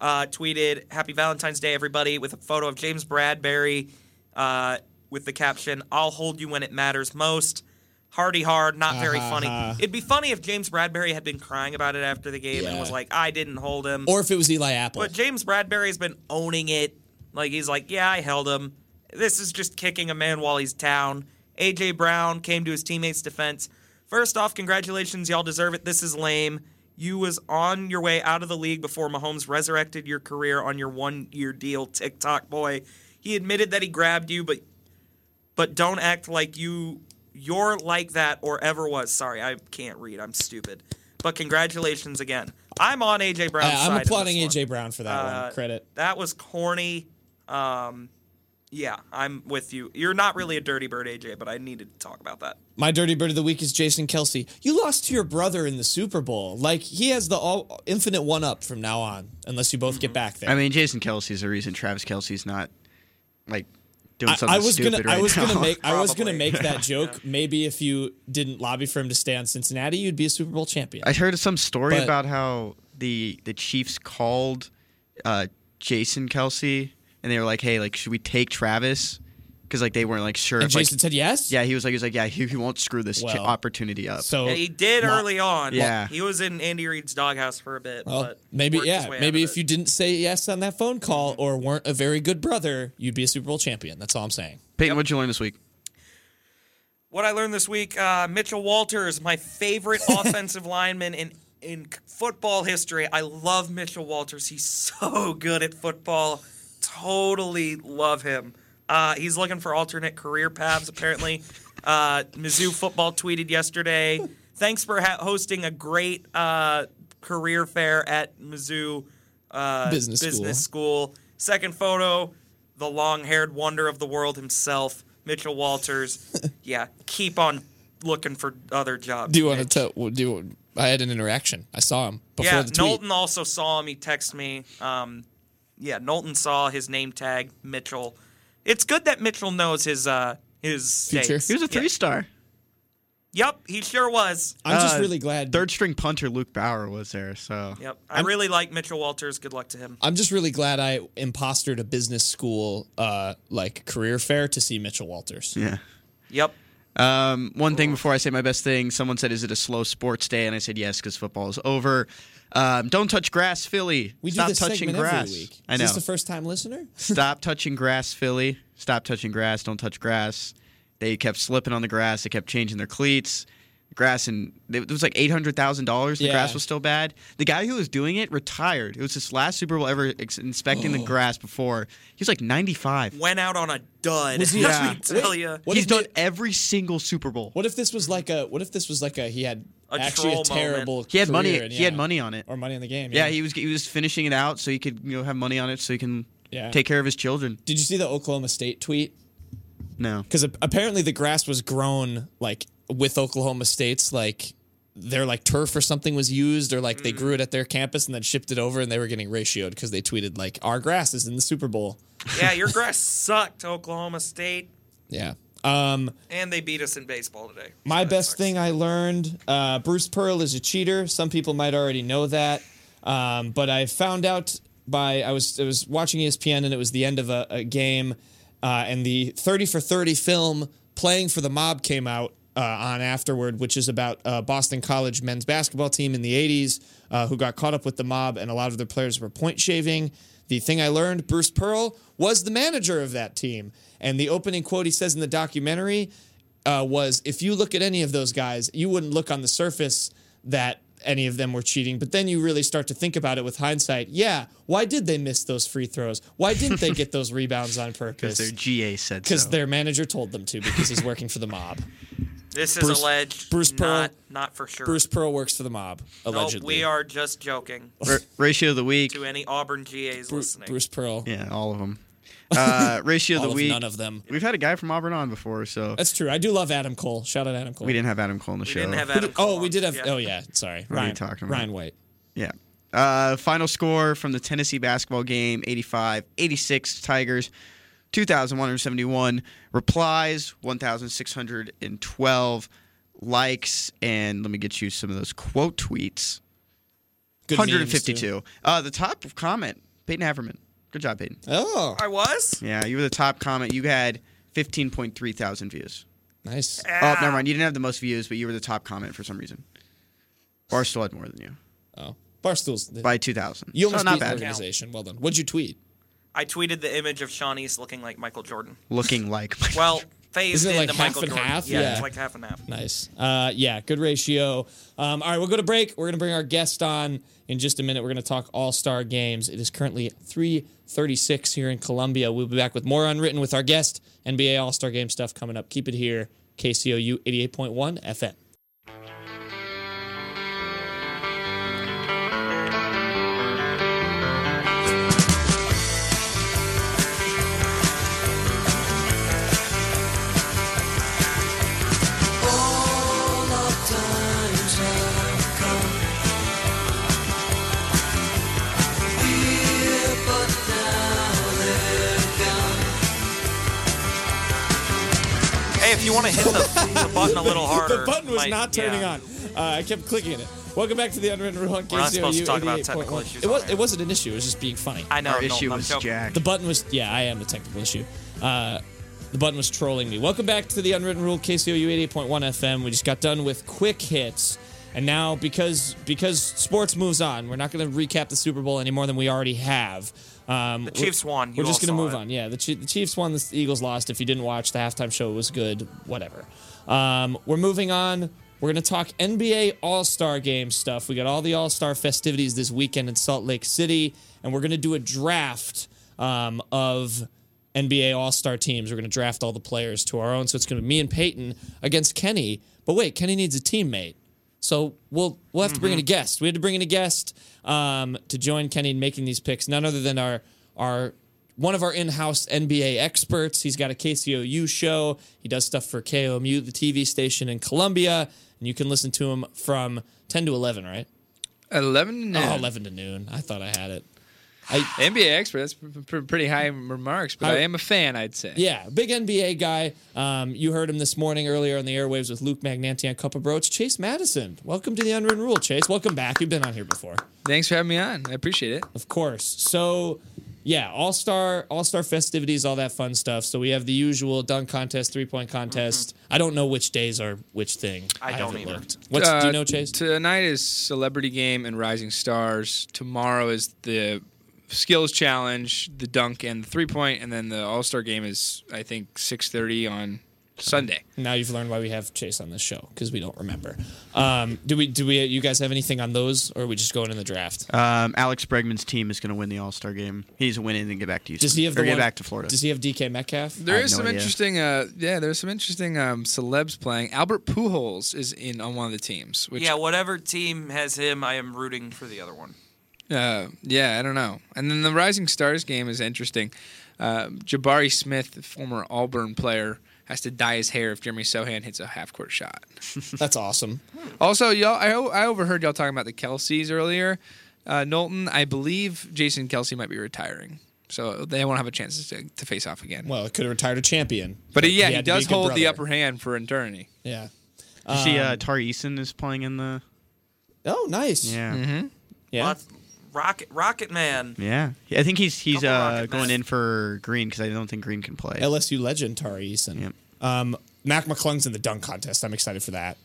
uh, tweeted Happy Valentine's Day, everybody, with a photo of James Bradbury uh, with the caption I'll hold you when it matters most. Hardy hard, not very funny. It'd be funny if James Bradbury had been crying about it after the game and Yeah. was like, I didn't hold him. Or if it was Eli Apple. But James Bradbury's been owning it. Like he's like, yeah, I held him. This is just kicking a man while he's down. AJ Brown came to his teammates' defense. First off, congratulations, y'all deserve it. This is lame. You was on your way out of the league before Mahomes resurrected your career on your one-year deal, TikTok boy. He admitted that he grabbed you, but but don't act like you you're like that or ever was. Sorry, I can't read. I'm stupid. But congratulations again. I'm on AJ Brown's I, side. in am this applauding one. AJ Brown for that Uh, one. Credit. That was corny. Um, yeah, I'm with you. You're not really a dirty bird, AJ, but I needed to talk about that. My dirty bird of the week is Jason Kelsey. You lost to your brother in the Super Bowl. Like he has the all infinite one up from now on, unless you both get Mm-hmm. back there. I mean, Jason Kelsey's the reason Travis Kelsey's not like doing I, something I was stupid gonna, right I was now. gonna make, I was gonna Probably. make that joke. Maybe if you didn't lobby for him to stay on Cincinnati, you'd be a Super Bowl champion. I heard some story But- about how the the Chiefs called uh, Jason Kelsey and they were like, "Hey, like, should we take Travis?" Because like they weren't like sure. and if, like- Jason said yes. yeah, he was like, he was like, yeah, he, he won't screw this ch- Well, opportunity up. So Yeah, he did Oh, Well, early on. Yeah. He was in Andy Reid's doghouse for a bit. Well, but maybe worked his yeah. way out Maybe of if it. you didn't say yes on that phone Mm-hmm. call or weren't a very good brother, you'd be a Super Bowl champion. That's all I'm saying. Peyton, what'd you learn this week? What I learned this week, uh, Mitchell Walters, my favorite offensive lineman in in football history. I love Mitchell Walters. He's so good at football. Totally love him. Uh, he's looking for alternate career paths. Apparently, uh, Mizzou football tweeted yesterday. Thanks for ha- hosting a great uh, career fair at Mizzou uh, Business school. school. Second photo, the long-haired wonder of the world himself, Mitchell Walters. yeah, keep on looking for other jobs. Do you want to Mitch. tell? well, Do you- I had an interaction. I saw him before Yeah, the tweet. Knowlton also saw him. He texted me. Um, yeah, Knowlton saw his name tag, Mitchell. It's good that Mitchell knows his uh, his Future. States. He was a three star. Yep, he sure was. I'm just Uh, really glad. Third string punter Luke Bauer was there. So Yep, I really like Mitchell Walters. Good luck to him. I'm just really glad I impostered a business school uh, like career fair to see Mitchell Walters. yeah. Yep. Um, one thing before I say my best thing, someone said, "Is it a slow sports day?" And I said, "Yes, because football is over." Um, don't touch grass, Philly. We do Stop this touching segment grass. every week. I Is know. this the first time listener? Stop touching grass, Philly. Stop touching grass. Don't touch grass. They kept slipping on the grass. They kept changing their cleats. Grass and it was like eight hundred thousand dollars. The Yeah. grass was still bad. The guy who was doing it retired. It was his last Super Bowl ever ex- inspecting the grass before. He was like ninety five. Went out on a dud. Was he- Yeah. Let me tell you. What He's if done they- every single Super Bowl. What if this Mm-hmm. was like a? What if this was like a? He had A actually a troll moment. terrible. He had money. career and, He had yeah, money on it. or money in the game. Yeah, he was he was finishing it out so he could you know have money on it so he can Yeah. take care of his children. Did you see the Oklahoma State tweet? No, because apparently the grass was grown like with Oklahoma State's like their like turf or something was used or like they grew it at their campus and then shipped it over and they were getting ratioed because they tweeted like our grass is in the Super Bowl. Yeah, your grass sucked, Oklahoma State, Yeah. Um, and they beat us in baseball today. my That best sucks. thing I learned: uh, Bruce Pearl is a cheater. Some people might already know that, um, but I found out by I was I was watching E ESPN and it was the end of a, a game, uh, and the Thirty for Thirty film playing for the mob came out. Uh, on afterward, which is about uh, Boston College men's basketball team in the 80s, uh, who got caught up with the mob, and a lot of their players were point shaving. The thing I learned Bruce Pearl was the manager of that team. And the opening quote he says in the documentary uh, was if you look at any of those guys, you wouldn't look on the surface that any of them were cheating, but then you really start to think about it with hindsight. Yeah, why did they miss those free throws? Why didn't they get those rebounds on because their purpose? GA said Because so. their manager told them to because he's working for the mob. This Bruce- is alleged. Bruce Pearl- Not, not for sure. Bruce Pearl works for the mob, Nope, allegedly. we are just joking R- ratio of the week. to any Auburn GAs Bru- listening. Bruce Pearl. Yeah, all of them. Uh, ratio All of the of, week. none of them. We've had a guy from Auburn on before, so That's true. I do love Adam Cole. Shout out Adam Cole. we didn't have Adam Cole in the show. We didn't have Adam. Oh, Cole we on. did have. Yeah. Oh, yeah. Sorry. are you Ryan, talking about? Ryan White. Yeah. Uh, final score from the Tennessee basketball game 85 86 Tigers, 2,171. Replies 1,612. Likes, and let me get you some of those quote tweets Good memes, too. 152. Uh, the top comment, Peyton Haverman. Good job, Peyton. Oh, I was. Yeah, you were the top comment. You had 15.3 thousand views. nice. Oh, never mind. You didn't have the most views, but you were the top comment for some reason. Barstool had more than you Oh, Barstool's. by 2,000. you so almost not beat the bad. organization. Well done. What'd you tweet? I tweeted the image of Sean East looking like Michael Jordan. Looking like. Well, phased Isn't it into like half Michael and Jordan. half? Yeah, Yeah. it's like half and half. Nice. Uh, yeah, good ratio. Um, all right, we'll go to break. We're going to bring our guest on in just a minute. We're going to talk All-Star games. It is currently 3:36 here in Columbia. We'll be back with more unwritten with our guest NBA All-Star game stuff coming up. Keep it here. KCOU 88.1 FM. Hey, if you want to hit the, the button a little harder, the button was might- not turning yeah. on. Uh, I kept clicking it. Welcome back to the Unwritten Rule on KCOU We're not supposed to talk about 88.1. technical issues It, on was, air. it wasn't an issue. It was just being funny. I know. Our no, issue I'm was joking. Jack. The button was yeah, I am the technical issue. Uh, the button was trolling me. Welcome back to the Unwritten Rule KCOU 88.1 FM. We just got done with quick hits. And now because because sports moves on, we're not going to recap the Super Bowl any more than we already have. Um, the Chiefs won. You we're just all gonna saw move it. on. Yeah, the, Chi- the Chiefs won. The Eagles lost. If you didn't watch, the halftime show was good. Whatever. Um, we're moving on. We're gonna talk NBA All Star Game stuff. We got all the All Star festivities this weekend in Salt Lake City, and we're gonna do a draft um, of NBA All Star teams. We're gonna draft all the players to our own. So it's gonna be me and Peyton against Kenny. But wait, Kenny needs a teammate. So we'll we'll have to bring in a guest. We had to bring in a guest um, to join Kenny in making these picks. None other than our our one of our in-house NBA experts. He's got a KCOU show. He does stuff for KOMU, the TV station in Columbia, and you can listen to him from ten to eleven, right? Eleven. to Oh, noon. 11 to noon. I thought I had it. NBA expert. That's pr- pr- pretty high remarks, but I- I, am a fan. I'd say. Yeah, big NBA guy. Um, you heard him this morning earlier on the airwaves with Luke Magnanti on Cup of Bro. It's Chase Madison. Welcome to the Unwritten Rule, Chase. Welcome back. You've been on here before. Thanks for having me on. I appreciate it. Of course. So yeah, all star, all star festivities, all that fun stuff. So we have the usual dunk contest, three point contest. I don't know which days are which thing. Mm-hmm. I haven't don't either. What's do Uh, you know, Chase? Tonight is Celebrity Game and Rising Stars. Tomorrow is the Skills Challenge, the dunk and the three point, and then the All Star Game is I think six thirty on Sunday. now you've learned why we have Chase on this show because we don't remember. Um, do we? Do we? You guys have anything on those, or are we just going in the draft? Uh, Um, Alex Bregman's team is going to win the All Star game. He's winning and get back to Houston. Does he have the or get one- back to Florida? Does he have DK Metcalf? There I have is no some idea. interesting, uh, yeah. There's some interesting um, celebs playing. Albert Pujols is in on one of the teams. Which, Yeah, whatever team has him, I am rooting for the other one. Uh, yeah, I don't know. And then the Rising Stars game is interesting. Uh, Jabari Smith, the former Auburn player, has to dye his hair if Jeremy Sohan hits a half court shot. That's awesome. Also, y'all, I, I overheard y'all talking about the Kelseys earlier. Uh, Knowlton, I believe Jason Kelsey might be retiring, so they won't have a chance to, to face off again. Well, it could have retired a champion, but uh, yeah, he he, had to be does a good hold the brother. upper hand for an eternity. yeah. You see, Um, uh, Tari Eason is playing in the. Oh, nice. Yeah. Yeah. Lots- Rocket Rocket Man. Yeah. I think he's he's Couple uh, Rocket going Men. in for Green because I don't think Green can play. LSU legend Tari Eason. Yep. Um, Mac McClung's in the dunk contest. I'm excited for that.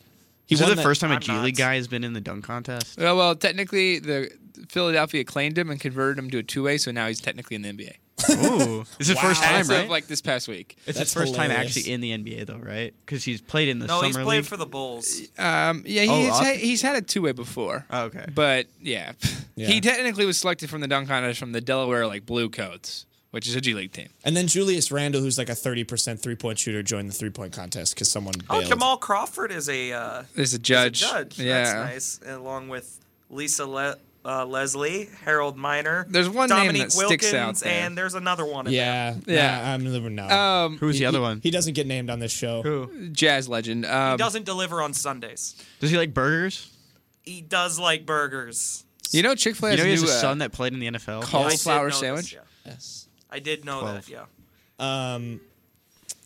He Is this won the that- first time I'm a G not. League guy has been in the dunk contest? Uh, Well, well, technically, the Philadelphia claimed him and converted him to a two-way, so now he's technically in the NBA. Ooh, this is Wow. his first time, As right? of like this past week. it's That's his first time hilarious. actually in the NBA though, right? Because he's played in the No, summer he's played league. for the Bulls. Um, yeah, Oh, he's, up? had, he's had a two-way before. Oh, okay. But yeah. Yeah. he technically was selected from the dunk contest from the Delaware like Blue Coats, which is a G League team. And then Julius Randle, who's like a 30% three point shooter, joined the three point contest because someone. Oh, bailed. Jamal Crawford is a, uh, There's is a a judge. judge. Yeah. That's nice. Along with Lisa Le- uh, Leslie, Harold Miner. There's one name Dominique that Wilkins, sticks out there. and there's another one. in there. Yeah. Yeah. Nah, I'm living now. Um, Who's the other one? He doesn't get named on this show. Who jazz legend. Um, He doesn't deliver on Sundays. does he like burgers? He does like burgers. You know, Chick Fil A You know, he has has a a new, uh, son that played in the NFL. call- I did Cauliflower know this, sandwich? yeah. Yes. I did know Twelve. that. Yeah. Um.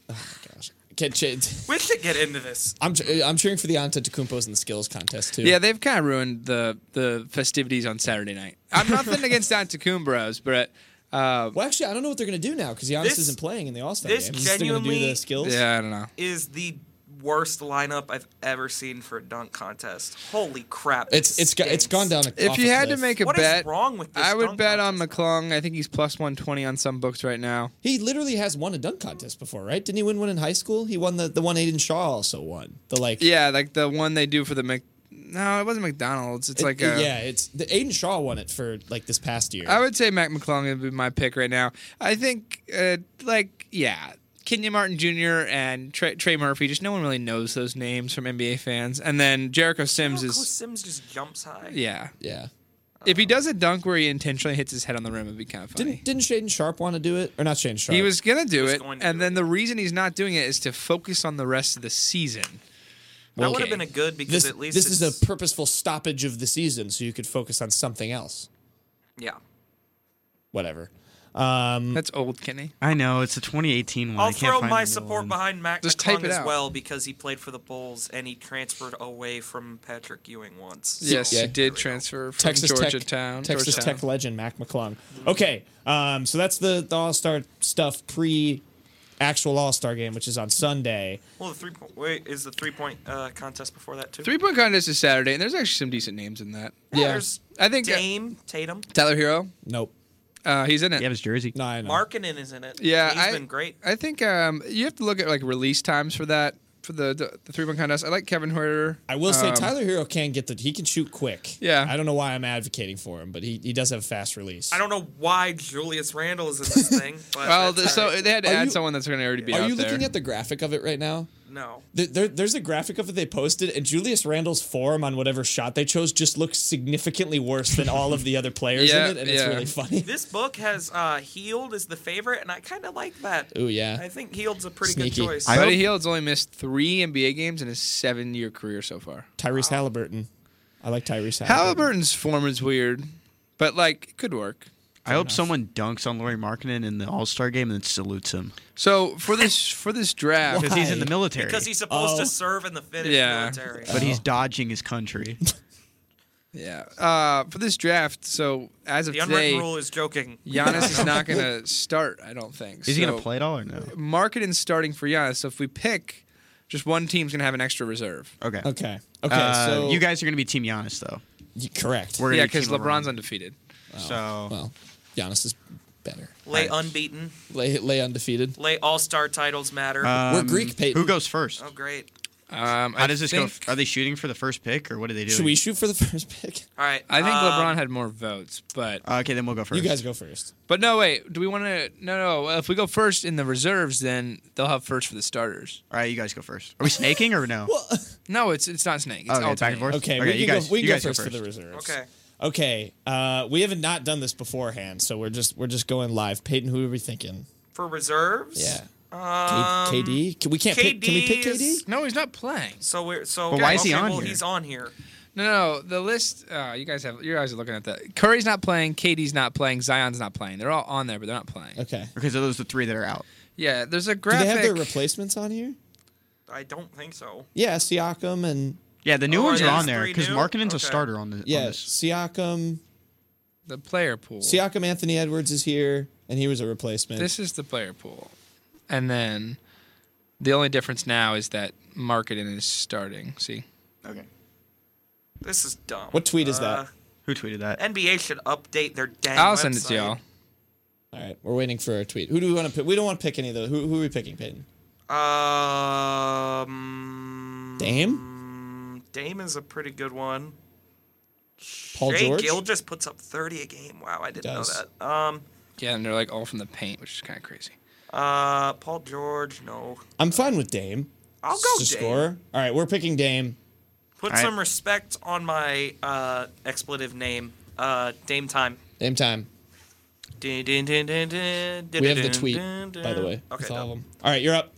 oh, gosh. Can't ch- We should get into this. I'm ch- I'm cheering for the Antetokounmpos in the skills contest too. Yeah, they've kind of ruined the the festivities on Saturday night. I'm nothing against Antetokounmpo's, but uh, Well, actually, I don't know what they're gonna do now because Giannis This- isn't playing in the All Star game. this He's still gonna do the genuinely skills. yeah, I don't know. Is the worst lineup I've ever seen for a dunk contest. Holy crap! It's this it's go- it's gone stinks. down. A, If off you a had to cliff. make a What is bet, wrong with this I would dunk bet on contest? McClung. I think he's plus 120 on some books right now. he literally has won a dunk contest before, right? Didn't he win one in high school? He won the the one Aiden Shaw also won. The like Yeah, like the one they do for the Mc. No, it wasn't McDonald's. It's It- like it- a, yeah, it's the Aiden Shaw won it for like this past year. I would say Mac McClung would be my pick right now. I think, uh, like, yeah, Kenya Martin Jr. and Trey, Trey Murphy. Just no one really knows those names from NBA fans. And then Oh, Jericho Sims Jericho is, Sims just jumps high. yeah. yeah. If he does a dunk where he intentionally hits his head on the rim, it'd be kind of funny. Didn't didn't Shaden Sharp want to do it or not Shaden Sharp? he was gonna do was it, going to and do then it. the reason he's not doing it is to focus on the rest of the season. That would Okay. have been a good because This, at least this is it's- a purposeful stoppage of the season, so you could focus on something else. yeah. Whatever. Um, That's old, Kenny. I know it's a 2018 one. I I'll can't throw find my the new support one. behind Mac Just McClung type it as out. well because he played for the Bulls and he transferred away from Patrick Ewing once. Yes, Yeah. he did transfer from Texas Georgia Tech, Town. Texas Georgetown. Tech legend Mac McClung. Okay, um, so that's the, the All Star stuff pre actual All Star game, which is on Sunday. Well, the three point wait is the three point uh, contest before that too. Three point contest is Saturday, and there's actually some decent names in that. Yeah. There's I think uh, Dame Tatum. Tyler Hero, Nope, uh, he's in it. Yeah, his jersey. no, I know. Markinen is in it. Yeah, he's I, been great. I think um, you have to look at like release times for that for the the, the three point contest. I like Kevin Herter. I will say Um, Tyler Hero can get the he can shoot quick. Yeah. I don't know why I'm advocating for him, but he, he does have a fast release. I don't know why Julius Randle is in this thing. But Well, the, that's so all right. they had to Are add you- someone that's going to already be Are out you there. looking at the graphic of it right now? no, There, there, there's a graphic of it they posted, and Julius Randle's form on whatever shot they chose just looks significantly worse than all of the other players Yeah, in it, and yeah. it's really funny. this book has uh, Healed is the favorite, and I kind of like that. Ooh yeah, I think Healed's a pretty Sneaky. good choice. I- Buddy hope- Hield's only missed three NBA games in his seven year career so far. Tyrese Halliburton. I like Tyrese Halliburton. Halliburton's form is weird, but like it could work. I hope someone dunks on Laurie Markkinen in the All Star game and then salutes him So for this for this draft, because he's in the Why? military. because he's supposed Oh. to serve in the Finnish Yeah. military. but he's dodging his country. yeah, uh, for this draft. So as of the unwritten today, rule is joking. Giannis is not going to start. I don't think. Is he gonna So, play at all or no? Marketing starting for Giannis. So if we pick, just one team's going to have an extra reserve. Okay. Okay. Okay. Uh, so you guys are gonna be Team Giannis though. you- correct. We're gonna yeah, be because Team LeBron's LeBron. undefeated. Oh. So well, Giannis is better. Lay unbeaten. Lay, lay undefeated. Lay all star titles matter. Uh, We're Greek, Peyton. um, who goes first? oh, great. Um, How I does this think, go? Are they shooting for the first pick or what are they doing? Should we shoot for the first pick? All right. I think um, LeBron had more votes, but Uh, okay, then we'll go first. You guys go first. but no wait. Do we want to? No, no. well, If we go first in the reserves, then they'll have first for the starters. All right, you guys go first. Are we snaking or no? Well, No, it's it's not snake. It's Okay, back and alternate. forth? okay, Okay, we you can guys- go, we you can go guys go first, for first. the reserves. Okay. Okay. Uh, we have not done this beforehand, so we're just we're just going live. Peyton, who are we thinking? For reserves? Yeah. Um, K- KD. Can, we can't. Pick, can we pick KD is- KD? No, he's not playing. So we're so. But why is he okay, on well, here? He's on here. No, no, the list. Uh, you guys have. You guys are looking at that. Curry's not playing. Katie's not playing. Zion's not playing. They're all on there, but they're not playing. Okay. Okay, so those are the three that are out. Yeah, there's a Do graphic. they have their replacements on here? I don't think so. Yeah, Siakam and Yeah, the new Oh, ones are yeah, on it's there three because new? Markkinen's a Okay. starter on the. on yeah, this. Siakam. the player pool. Siakam Anthony Edwards is here, and he was a replacement. this is the player pool, and then the only difference now is that marketing is starting. See, Okay. This is dumb. What tweet is Uh, that? Who tweeted that? NBA should update their dang. I'll send it to website. y'all. All right, we're waiting for a tweet. Who do we want to pick? We don't want to pick any of those. Who, who are we picking, Peyton? Um, Dame? Dame is a pretty good one. Paul Jay George? Gill just puts up 30 a game. Wow, I didn't know Does. that. Um, Yeah, and they're like all from the paint, which is kind of crazy. uh, Paul George, no. I'm fine with Dame. I'll to go Dame. score. All right, we're picking Dame. Put All right. some respect on my uh, expletive name. Uh, Dame time. Dame time. Dun, dun, dun, dun, dun, dun, We have the dun, tweet, dun, by the dun. way. Okay, with all of no. them. All right, you're up.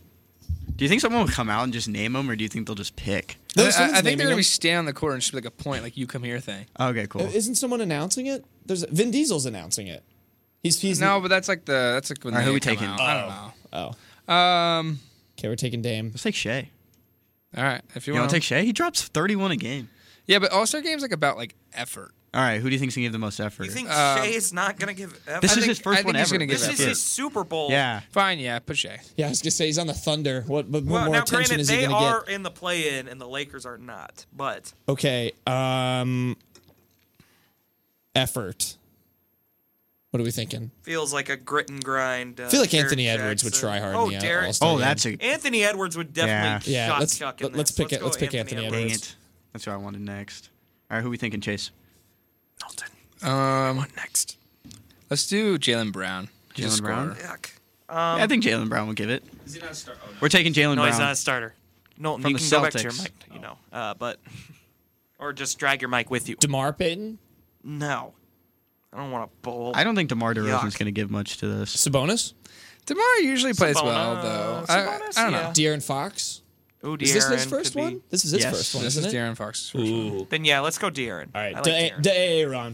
Do you think someone will come out and just name them, or do you think they'll just pick? No, I- I, I someone's think naming they're them. gonna be standing on the court and just be like a point, like you come here thing. Okay, cool. Isn't someone announcing it? There's Vin Diesel's announcing it. He's he's No, but that's like the that's like when All right, who they we come taking? out. I Oh, don't know. Um, okay, we're taking Dame. Let's take Shea. all right, if you, You want want to take Shea? He drops 31 a game. yeah, but All Star Game's like about like effort. All right, who do you think's gonna give the most effort? You think Um, Shea is not going to give F? Uh, I this is think his first I think one he's ever. gonna give this is effort. his Super Bowl. yeah. Fine, yeah, put Shea. Yeah, I was gonna say he's on the Thunder. What? But Well, more now attention granted, is he they gonna are get? in the play-in and the Lakers are not, but Okay. Um. Effort. What are we thinking? feels like a grit and grind. Uh, I feel like Derek Anthony Edwards would Jackson. try hard. Oh, in the, uh, Derek. All-Star Oh, game. that's a dang Anthony Edwards would definitely Yeah. Yeah, shot let's- Chuck in let's this. pick it- go let's pick Anthony Edwards. it. That's what I wanted next. All right, who we thinking, Chase? Dalton, Um, next. let's do Jalen Brown. He's a Jalen Brown? scorer. Yuck. Yeah, I think Jalen Brown will give it. Is he not a star? Oh, no. We're taking Jalen No, Brown. he's not a starter. Nolan, From you the can go back to your Celtics. mic, you know, uh, but or just drag your mic with you. Demar Payton, No, I don't want to bowl. I don't think DeMar DeRozan's Yuck. going to give much to this. Sabonis, Demar usually plays well Sabonis- though. I, Sabonis, I don't know. yeah. De'Aaron Fox. uh, Ooh, Is this his De'Aaron first could be- one? This is his Yes. first one, This is isn't it? Darren Fox's first one. Then yeah, let's go De'Aaron. All I right, like Da- De'Aaron.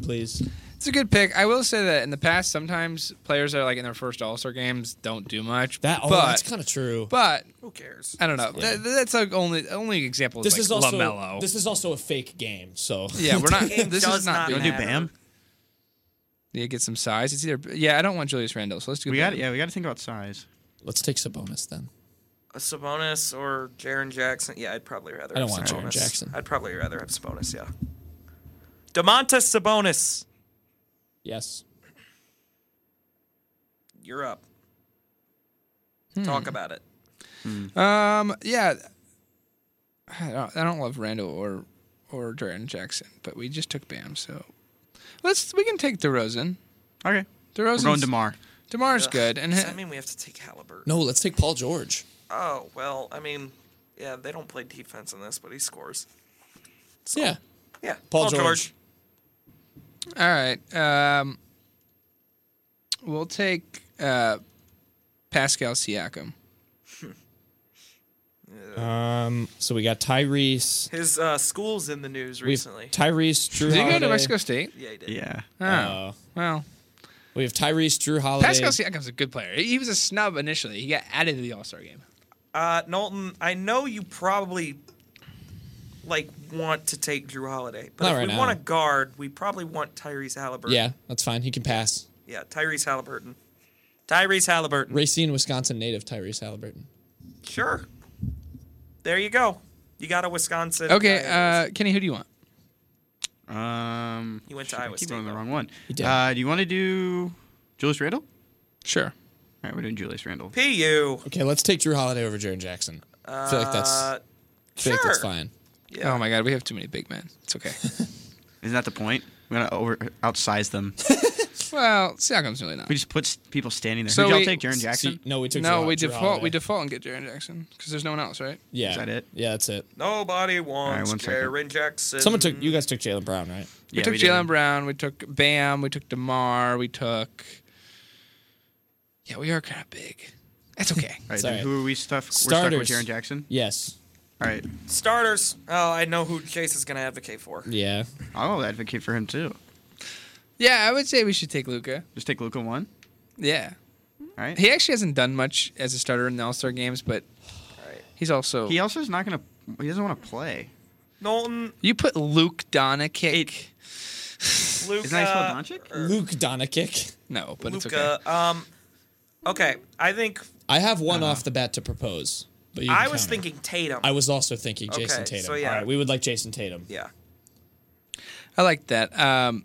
De'Aaron, please. It's a good pick. I will say that in the past, sometimes players that are like in their first All Star games don't do much. That oh, but, that's kind of true. but Who cares? I don't know. That, that's like only only example. this like is also Lamelo. this is also a fake game. So yeah, we're not. It This does is not. not doing Do it. matter. Bam? Yeah, get some size. It's either. Yeah, I don't want Julius Randle, so let's do. We got Bam. yeah, we got to think about size. let's take Sabonis then. A Uh, Sabonis or Jaron Jackson? Yeah, I'd probably rather. I don't have want Jaren Sabonis. Jackson. I'd probably rather have Sabonis. Yeah. Demontis Sabonis, Yes. you're up. Hmm. Talk about it. Um. Yeah. I don't, I don't love Randall or or Jordan Jackson, but we just took Bam, so let's we can take DeRozan. Okay, DeRozan's we're going Demar. Demar's good, and Does he- that mean we have to take Halliburton? No, let's take Paul George. Oh well, I mean, yeah, they don't play defense in this, but he scores. Yeah. Yeah, Paul George. all right. Um. We'll take uh, Pascal Siakam. Um. So we got Tyrese. His uh, school's in the news We have recently. Tyrese Drew. Did he go to Holiday. Mexico State? yeah, he did. Yeah, Oh, Uh, well. we have Tyrese Drew Holiday. Pascal Siakam's a good player. He he was a snub initially. He got added to the All Star game. Uh, Knowlton, I know you probably like want to take Drew Holiday, but Not if right we now. want a guard, we probably want Tyrese Halliburton. yeah, that's fine. He can pass. yeah, Tyrese Halliburton. Tyrese Halliburton. Racine, Wisconsin native Tyrese Halliburton. Sure. There you go. You got a Wisconsin. Okay, guy that uh, Kenny, who do you want? Um, You went to shoot, I Iowa keep State, going the though. wrong one. did. Uh, do you want to do Julius Randle? All Sure. right, we're doing Julius Randle. is. PU. Okay, let's take Drew Holiday over Jaron Jackson. I feel like that's Uh, I feel like that's sure. fine. Oh my God, we have too many big men. It's okay. Isn't that the point? We're gonna over outsize them. well, Siakam's really not. we just put s- people standing there. So Who y'all we- take? Jaron Jackson. See, no, we took no, Drew, we Drew default. Holiday. We default and get Jaron Jackson because there's no one else, right? Yeah. Is that it? Yeah, that's it. Nobody wants one second. Jaren Jackson. Someone took you guys took Jalen Brown, right? We took Jalen Brown. We took Bam. We took Demar. We took. Yeah, we are kind of big. That's okay. All right, Sorry. then who are we stuff? We're Starters. stuck with Jaron Jackson. Yes. All right, starters. Oh, I know who Chase is going to advocate for. Yeah. I'll advocate for him too. yeah, I would say we should take Luca. Just take Luca one. Yeah, All right. he actually hasn't done much as a starter in the All Star games, but right. he's also He also is not gonna. He doesn't want to play. Knowlton, You put Luke Donakic. Luca. Isn't that spelled er, Doncic? Luke Donakic. No, but it's okay. Luca. Um, okay, I think I have one off the bat to propose. But you can Uh-huh. I was counter. thinking Tatum. I was also thinking Jason Okay, Tatum. so yeah. All right, we would like Jason Tatum. yeah, I like that. Um,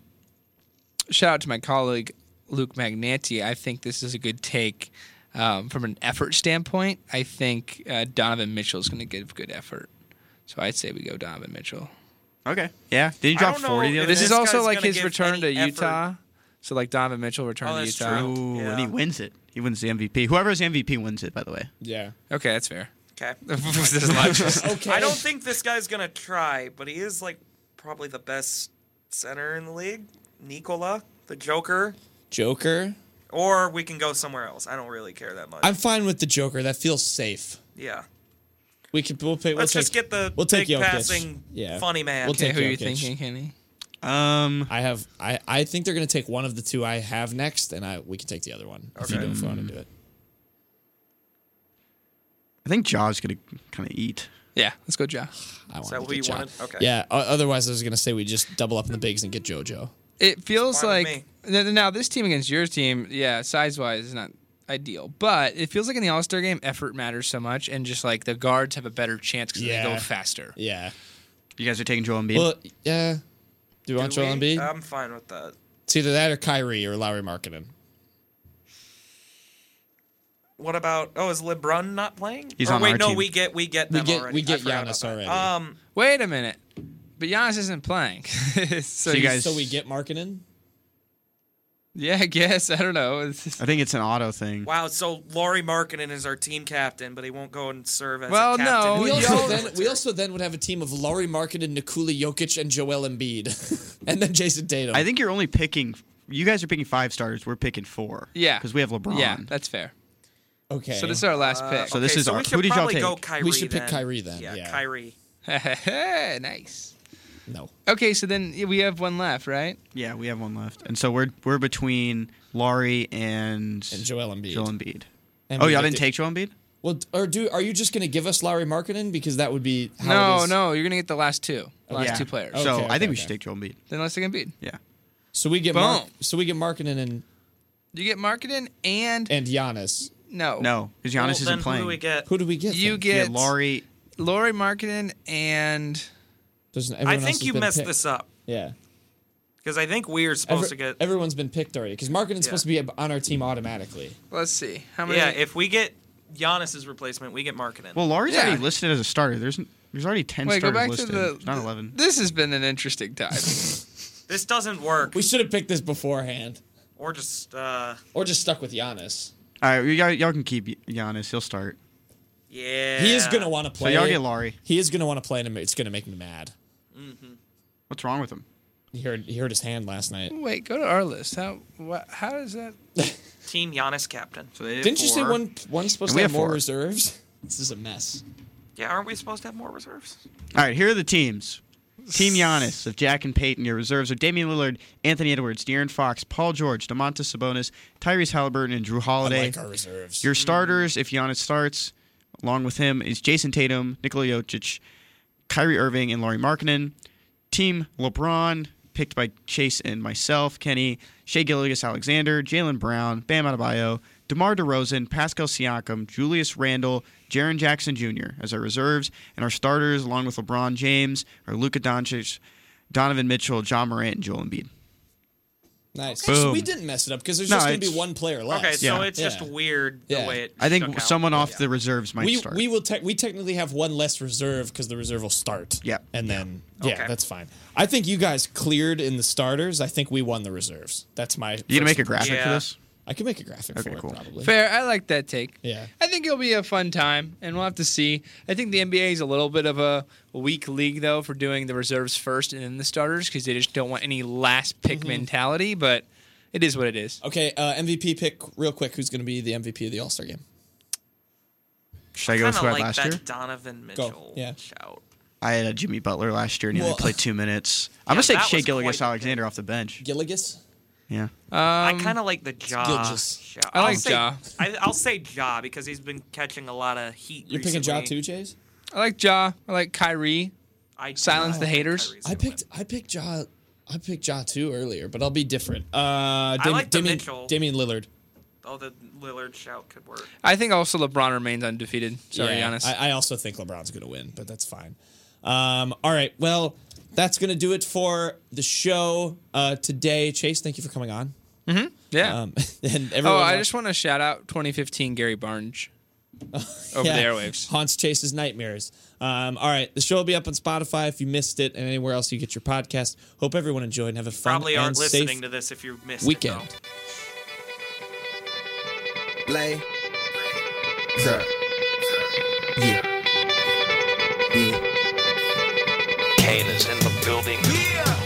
shout out to my colleague Luke Magnanti. I think this is a good take um, from an effort standpoint. I think uh, Donovan Mitchell is going to give good effort, so I'd say we go Donovan Mitchell. Okay. Yeah. Did he drop don't know forty the if other This day? is this also guy's like gonna his give return any to effort. Utah. So like Donovan Mitchell return Oh, to that's Utah. true. Ooh, and Yeah. he wins it. He wins the MVP. Whoever's MVP wins it, by the way. Yeah. Okay, that's fair. okay. There's a lot of choices. Okay. I don't think this guy's gonna try, but he is like probably the best center in the league. Nikola, the Joker, Joker. or we can go somewhere else. I don't really care that much. I'm fine with the Joker. That feels safe. yeah, We could we'll pick. Let's we'll just take, get the we'll take big Jokic. passing Yeah. funny man. We'll Okay, take who are you Jokic. thinking, Kenny? Um, I have. I, I think they're gonna take one of the two I have next, and I we can take the other one if you Okay. Mm. don't want to do it. I think Jaw's gonna kind of eat. Yeah, let's go, Ja. I want that to who get you Ja. wanted? Okay. Yeah. o- Otherwise, I was gonna say we just double up in the bigs and get JoJo. It feels fine with like n- now this team against your team, yeah, size wise is not ideal, but it feels like in the All Star game, effort matters so much, and just like the guards have a better chance because they Yeah. go faster. Yeah. You guys are taking Joel Embiid. Well, yeah. Do you want Do Joel we? uh, Embiid? I'm fine with that. it's either that or Kyrie or Lowry Markkinen. What about? Oh, is LeBron not playing? He's or on wait, our no, team. we get we get We them get- already. we I get forgot Giannis about already. that. Um, Wait a minute, but Giannis isn't playing, so, you you- guys- So we get Markkinen. yeah, I guess I don't know. It's just- I think it's an auto thing. wow. So Laurie Markkinen is our team captain, but he won't go and serve as Well, a no, captain. We Well, also, y'all- then, we also then would have a team of Laurie Markkinen, Nikola Jokic, and Joel Embiid, and then Jason Tatum. I think you're only picking. You guys are picking five starters. We're picking four. yeah, because we have LeBron. Yeah, that's fair. okay. So this is our last Uh, pick. So this okay, is so our- We who should did y'all probably go take? Kyrie. We should pick then. Kyrie then, yeah. Kyrie. Uh, nice. no. Okay, so then we have one left, right? yeah, we have one left, and so we're we're between Laurie and, And Joel Embiid. Joel Embiid. And Oh, we y'all have didn't to- take Joel Embiid? Well, d- or do are you just gonna give us Lowry Markkinen because that would be how it no, is. no, you're gonna get the last two, the last yeah. two players. Oh. so Okay, I okay, think we should okay. take Joel Embiid. Then let's take Embiid. Yeah. So we get Mark, Boom. so we get Markkinen and You get marketing and, and Giannis. no, No, because Giannis Well, isn't then playing. Who do we get? Who do we get? You then? Yeah, get Laurie. Lori marketing and Doesn't I everyone else think has you been messed picked? this up Yeah. because I think we're supposed Every- to get. Everyone's been picked already because Markkinen's supposed to be ab- on our team automatically. let's see how many. yeah, if we get Giannis's replacement, we get Markkinen. Well, Laurie's Yeah. already listed as a starter. There's n- there's already ten wait, go starters back listed. to the It's not eleven. This has been an interesting time. this doesn't work. We should have picked this beforehand, or just uh, or just stuck with Giannis. All right, y'all, y'all can keep Giannis. He'll start. yeah. He is gonna want to So play. y'all get Laurie. He is gonna want to play, and it's gonna make me mad. What's wrong with him? He heard he hurt his hand last night. wait, go to our list. How wha how does that? team Giannis captain. So they did Didn't you say four. one one's supposed to And we have have more four. reserves? This is a mess. Yeah, aren't we supposed to have more reserves? All right, here are the teams. Team Giannis of Jack and Peyton. Your reserves are Damian Lillard, Anthony Edwards, De'Aaron Fox, Paul George, DeMontis Sabonis, Tyrese Halliburton, and Drew I Holiday. like our reserves. Your starters, if Giannis starts, along with him is Jason Tatum, Nikola Jokic, Kyrie Irving, and Laurie Markkinen. Team LeBron, picked by Chase and myself, Kenny, Shea Gilligas Alexander, Jalen Brown, Bam Adebayo, DeMar DeRozan, Pascal Siakam, Julius Randle, Jaron Jackson Jr. as our reserves, and our starters, along with LeBron James, are Luka Doncic, Donovan Mitchell, John Morant, and Joel Embiid. nice. So we Boom. didn't mess it up because there's No, just gonna be it's- one player left. Okay, so Yeah. it's just Yeah. weird the Yeah. way it. I shook think out. someone off the reserves might we start. we will tech we technically have one less reserve because the reserve will start. Yeah. and then yeah, Okay. that's fine. I think you guys cleared in the starters. I think we won the reserves. That's my. you gonna first make a impression. graphic for Yeah. this? I can make a graphic Okay, for cool. it probably. Fair. I like that take. Yeah. I think it'll be a fun time, and we'll have to see. I think the NBA is a little bit of a weak league though for doing the reserves first and then the starters because they just don't want any last pick Mm-hmm. mentality. But it is what it is. Okay, uh, MVP pick real quick. Who's gonna be the MVP of the All Star game? Should I go with Kinda who I like last that year? Donovan Go, Mitchell yeah. shout. I had a Jimmy Butler last year and he Well, only played two minutes. I'm yeah, gonna take that Shea was quite Gilligas the Alexander off the bench. Gilligas. Yeah. I kind of like the jaw. Um, Gilgis. shout. I like I'll say, Ja. I, I'll say jaw because he's been catching a lot of heat. You're picking Ja too, recently. Jays. I like Ja. I like Kyrie. I do Silence not the think haters. Kyrie's I gonna win. picked I picked Ja I picked Ja too earlier, but I'll be different. Uh, Dam- like the Damian, Mitchell. Damian Lillard. Oh, the Lillard shout could work. I think also LeBron remains undefeated. Sorry, Yeah, Giannis. I, I also think LeBron's going to win, but that's fine. Um, all right. Well, that's going to do it for the show uh, today. Chase, thank you for coming on. yeah. Um, and everyone, oh, I just want to shout out 2015 Gary Barnes over the airwaves. haunts Chase's nightmares. Um, all right, the show will be up on Spotify if you missed it, and anywhere else you get your podcast. Hope everyone enjoyed and have a fun Probably and aren't safe listening to this if you missed weekend. it. though. Play. Yeah. Yeah. Yeah. Kane is in the building. Yeah.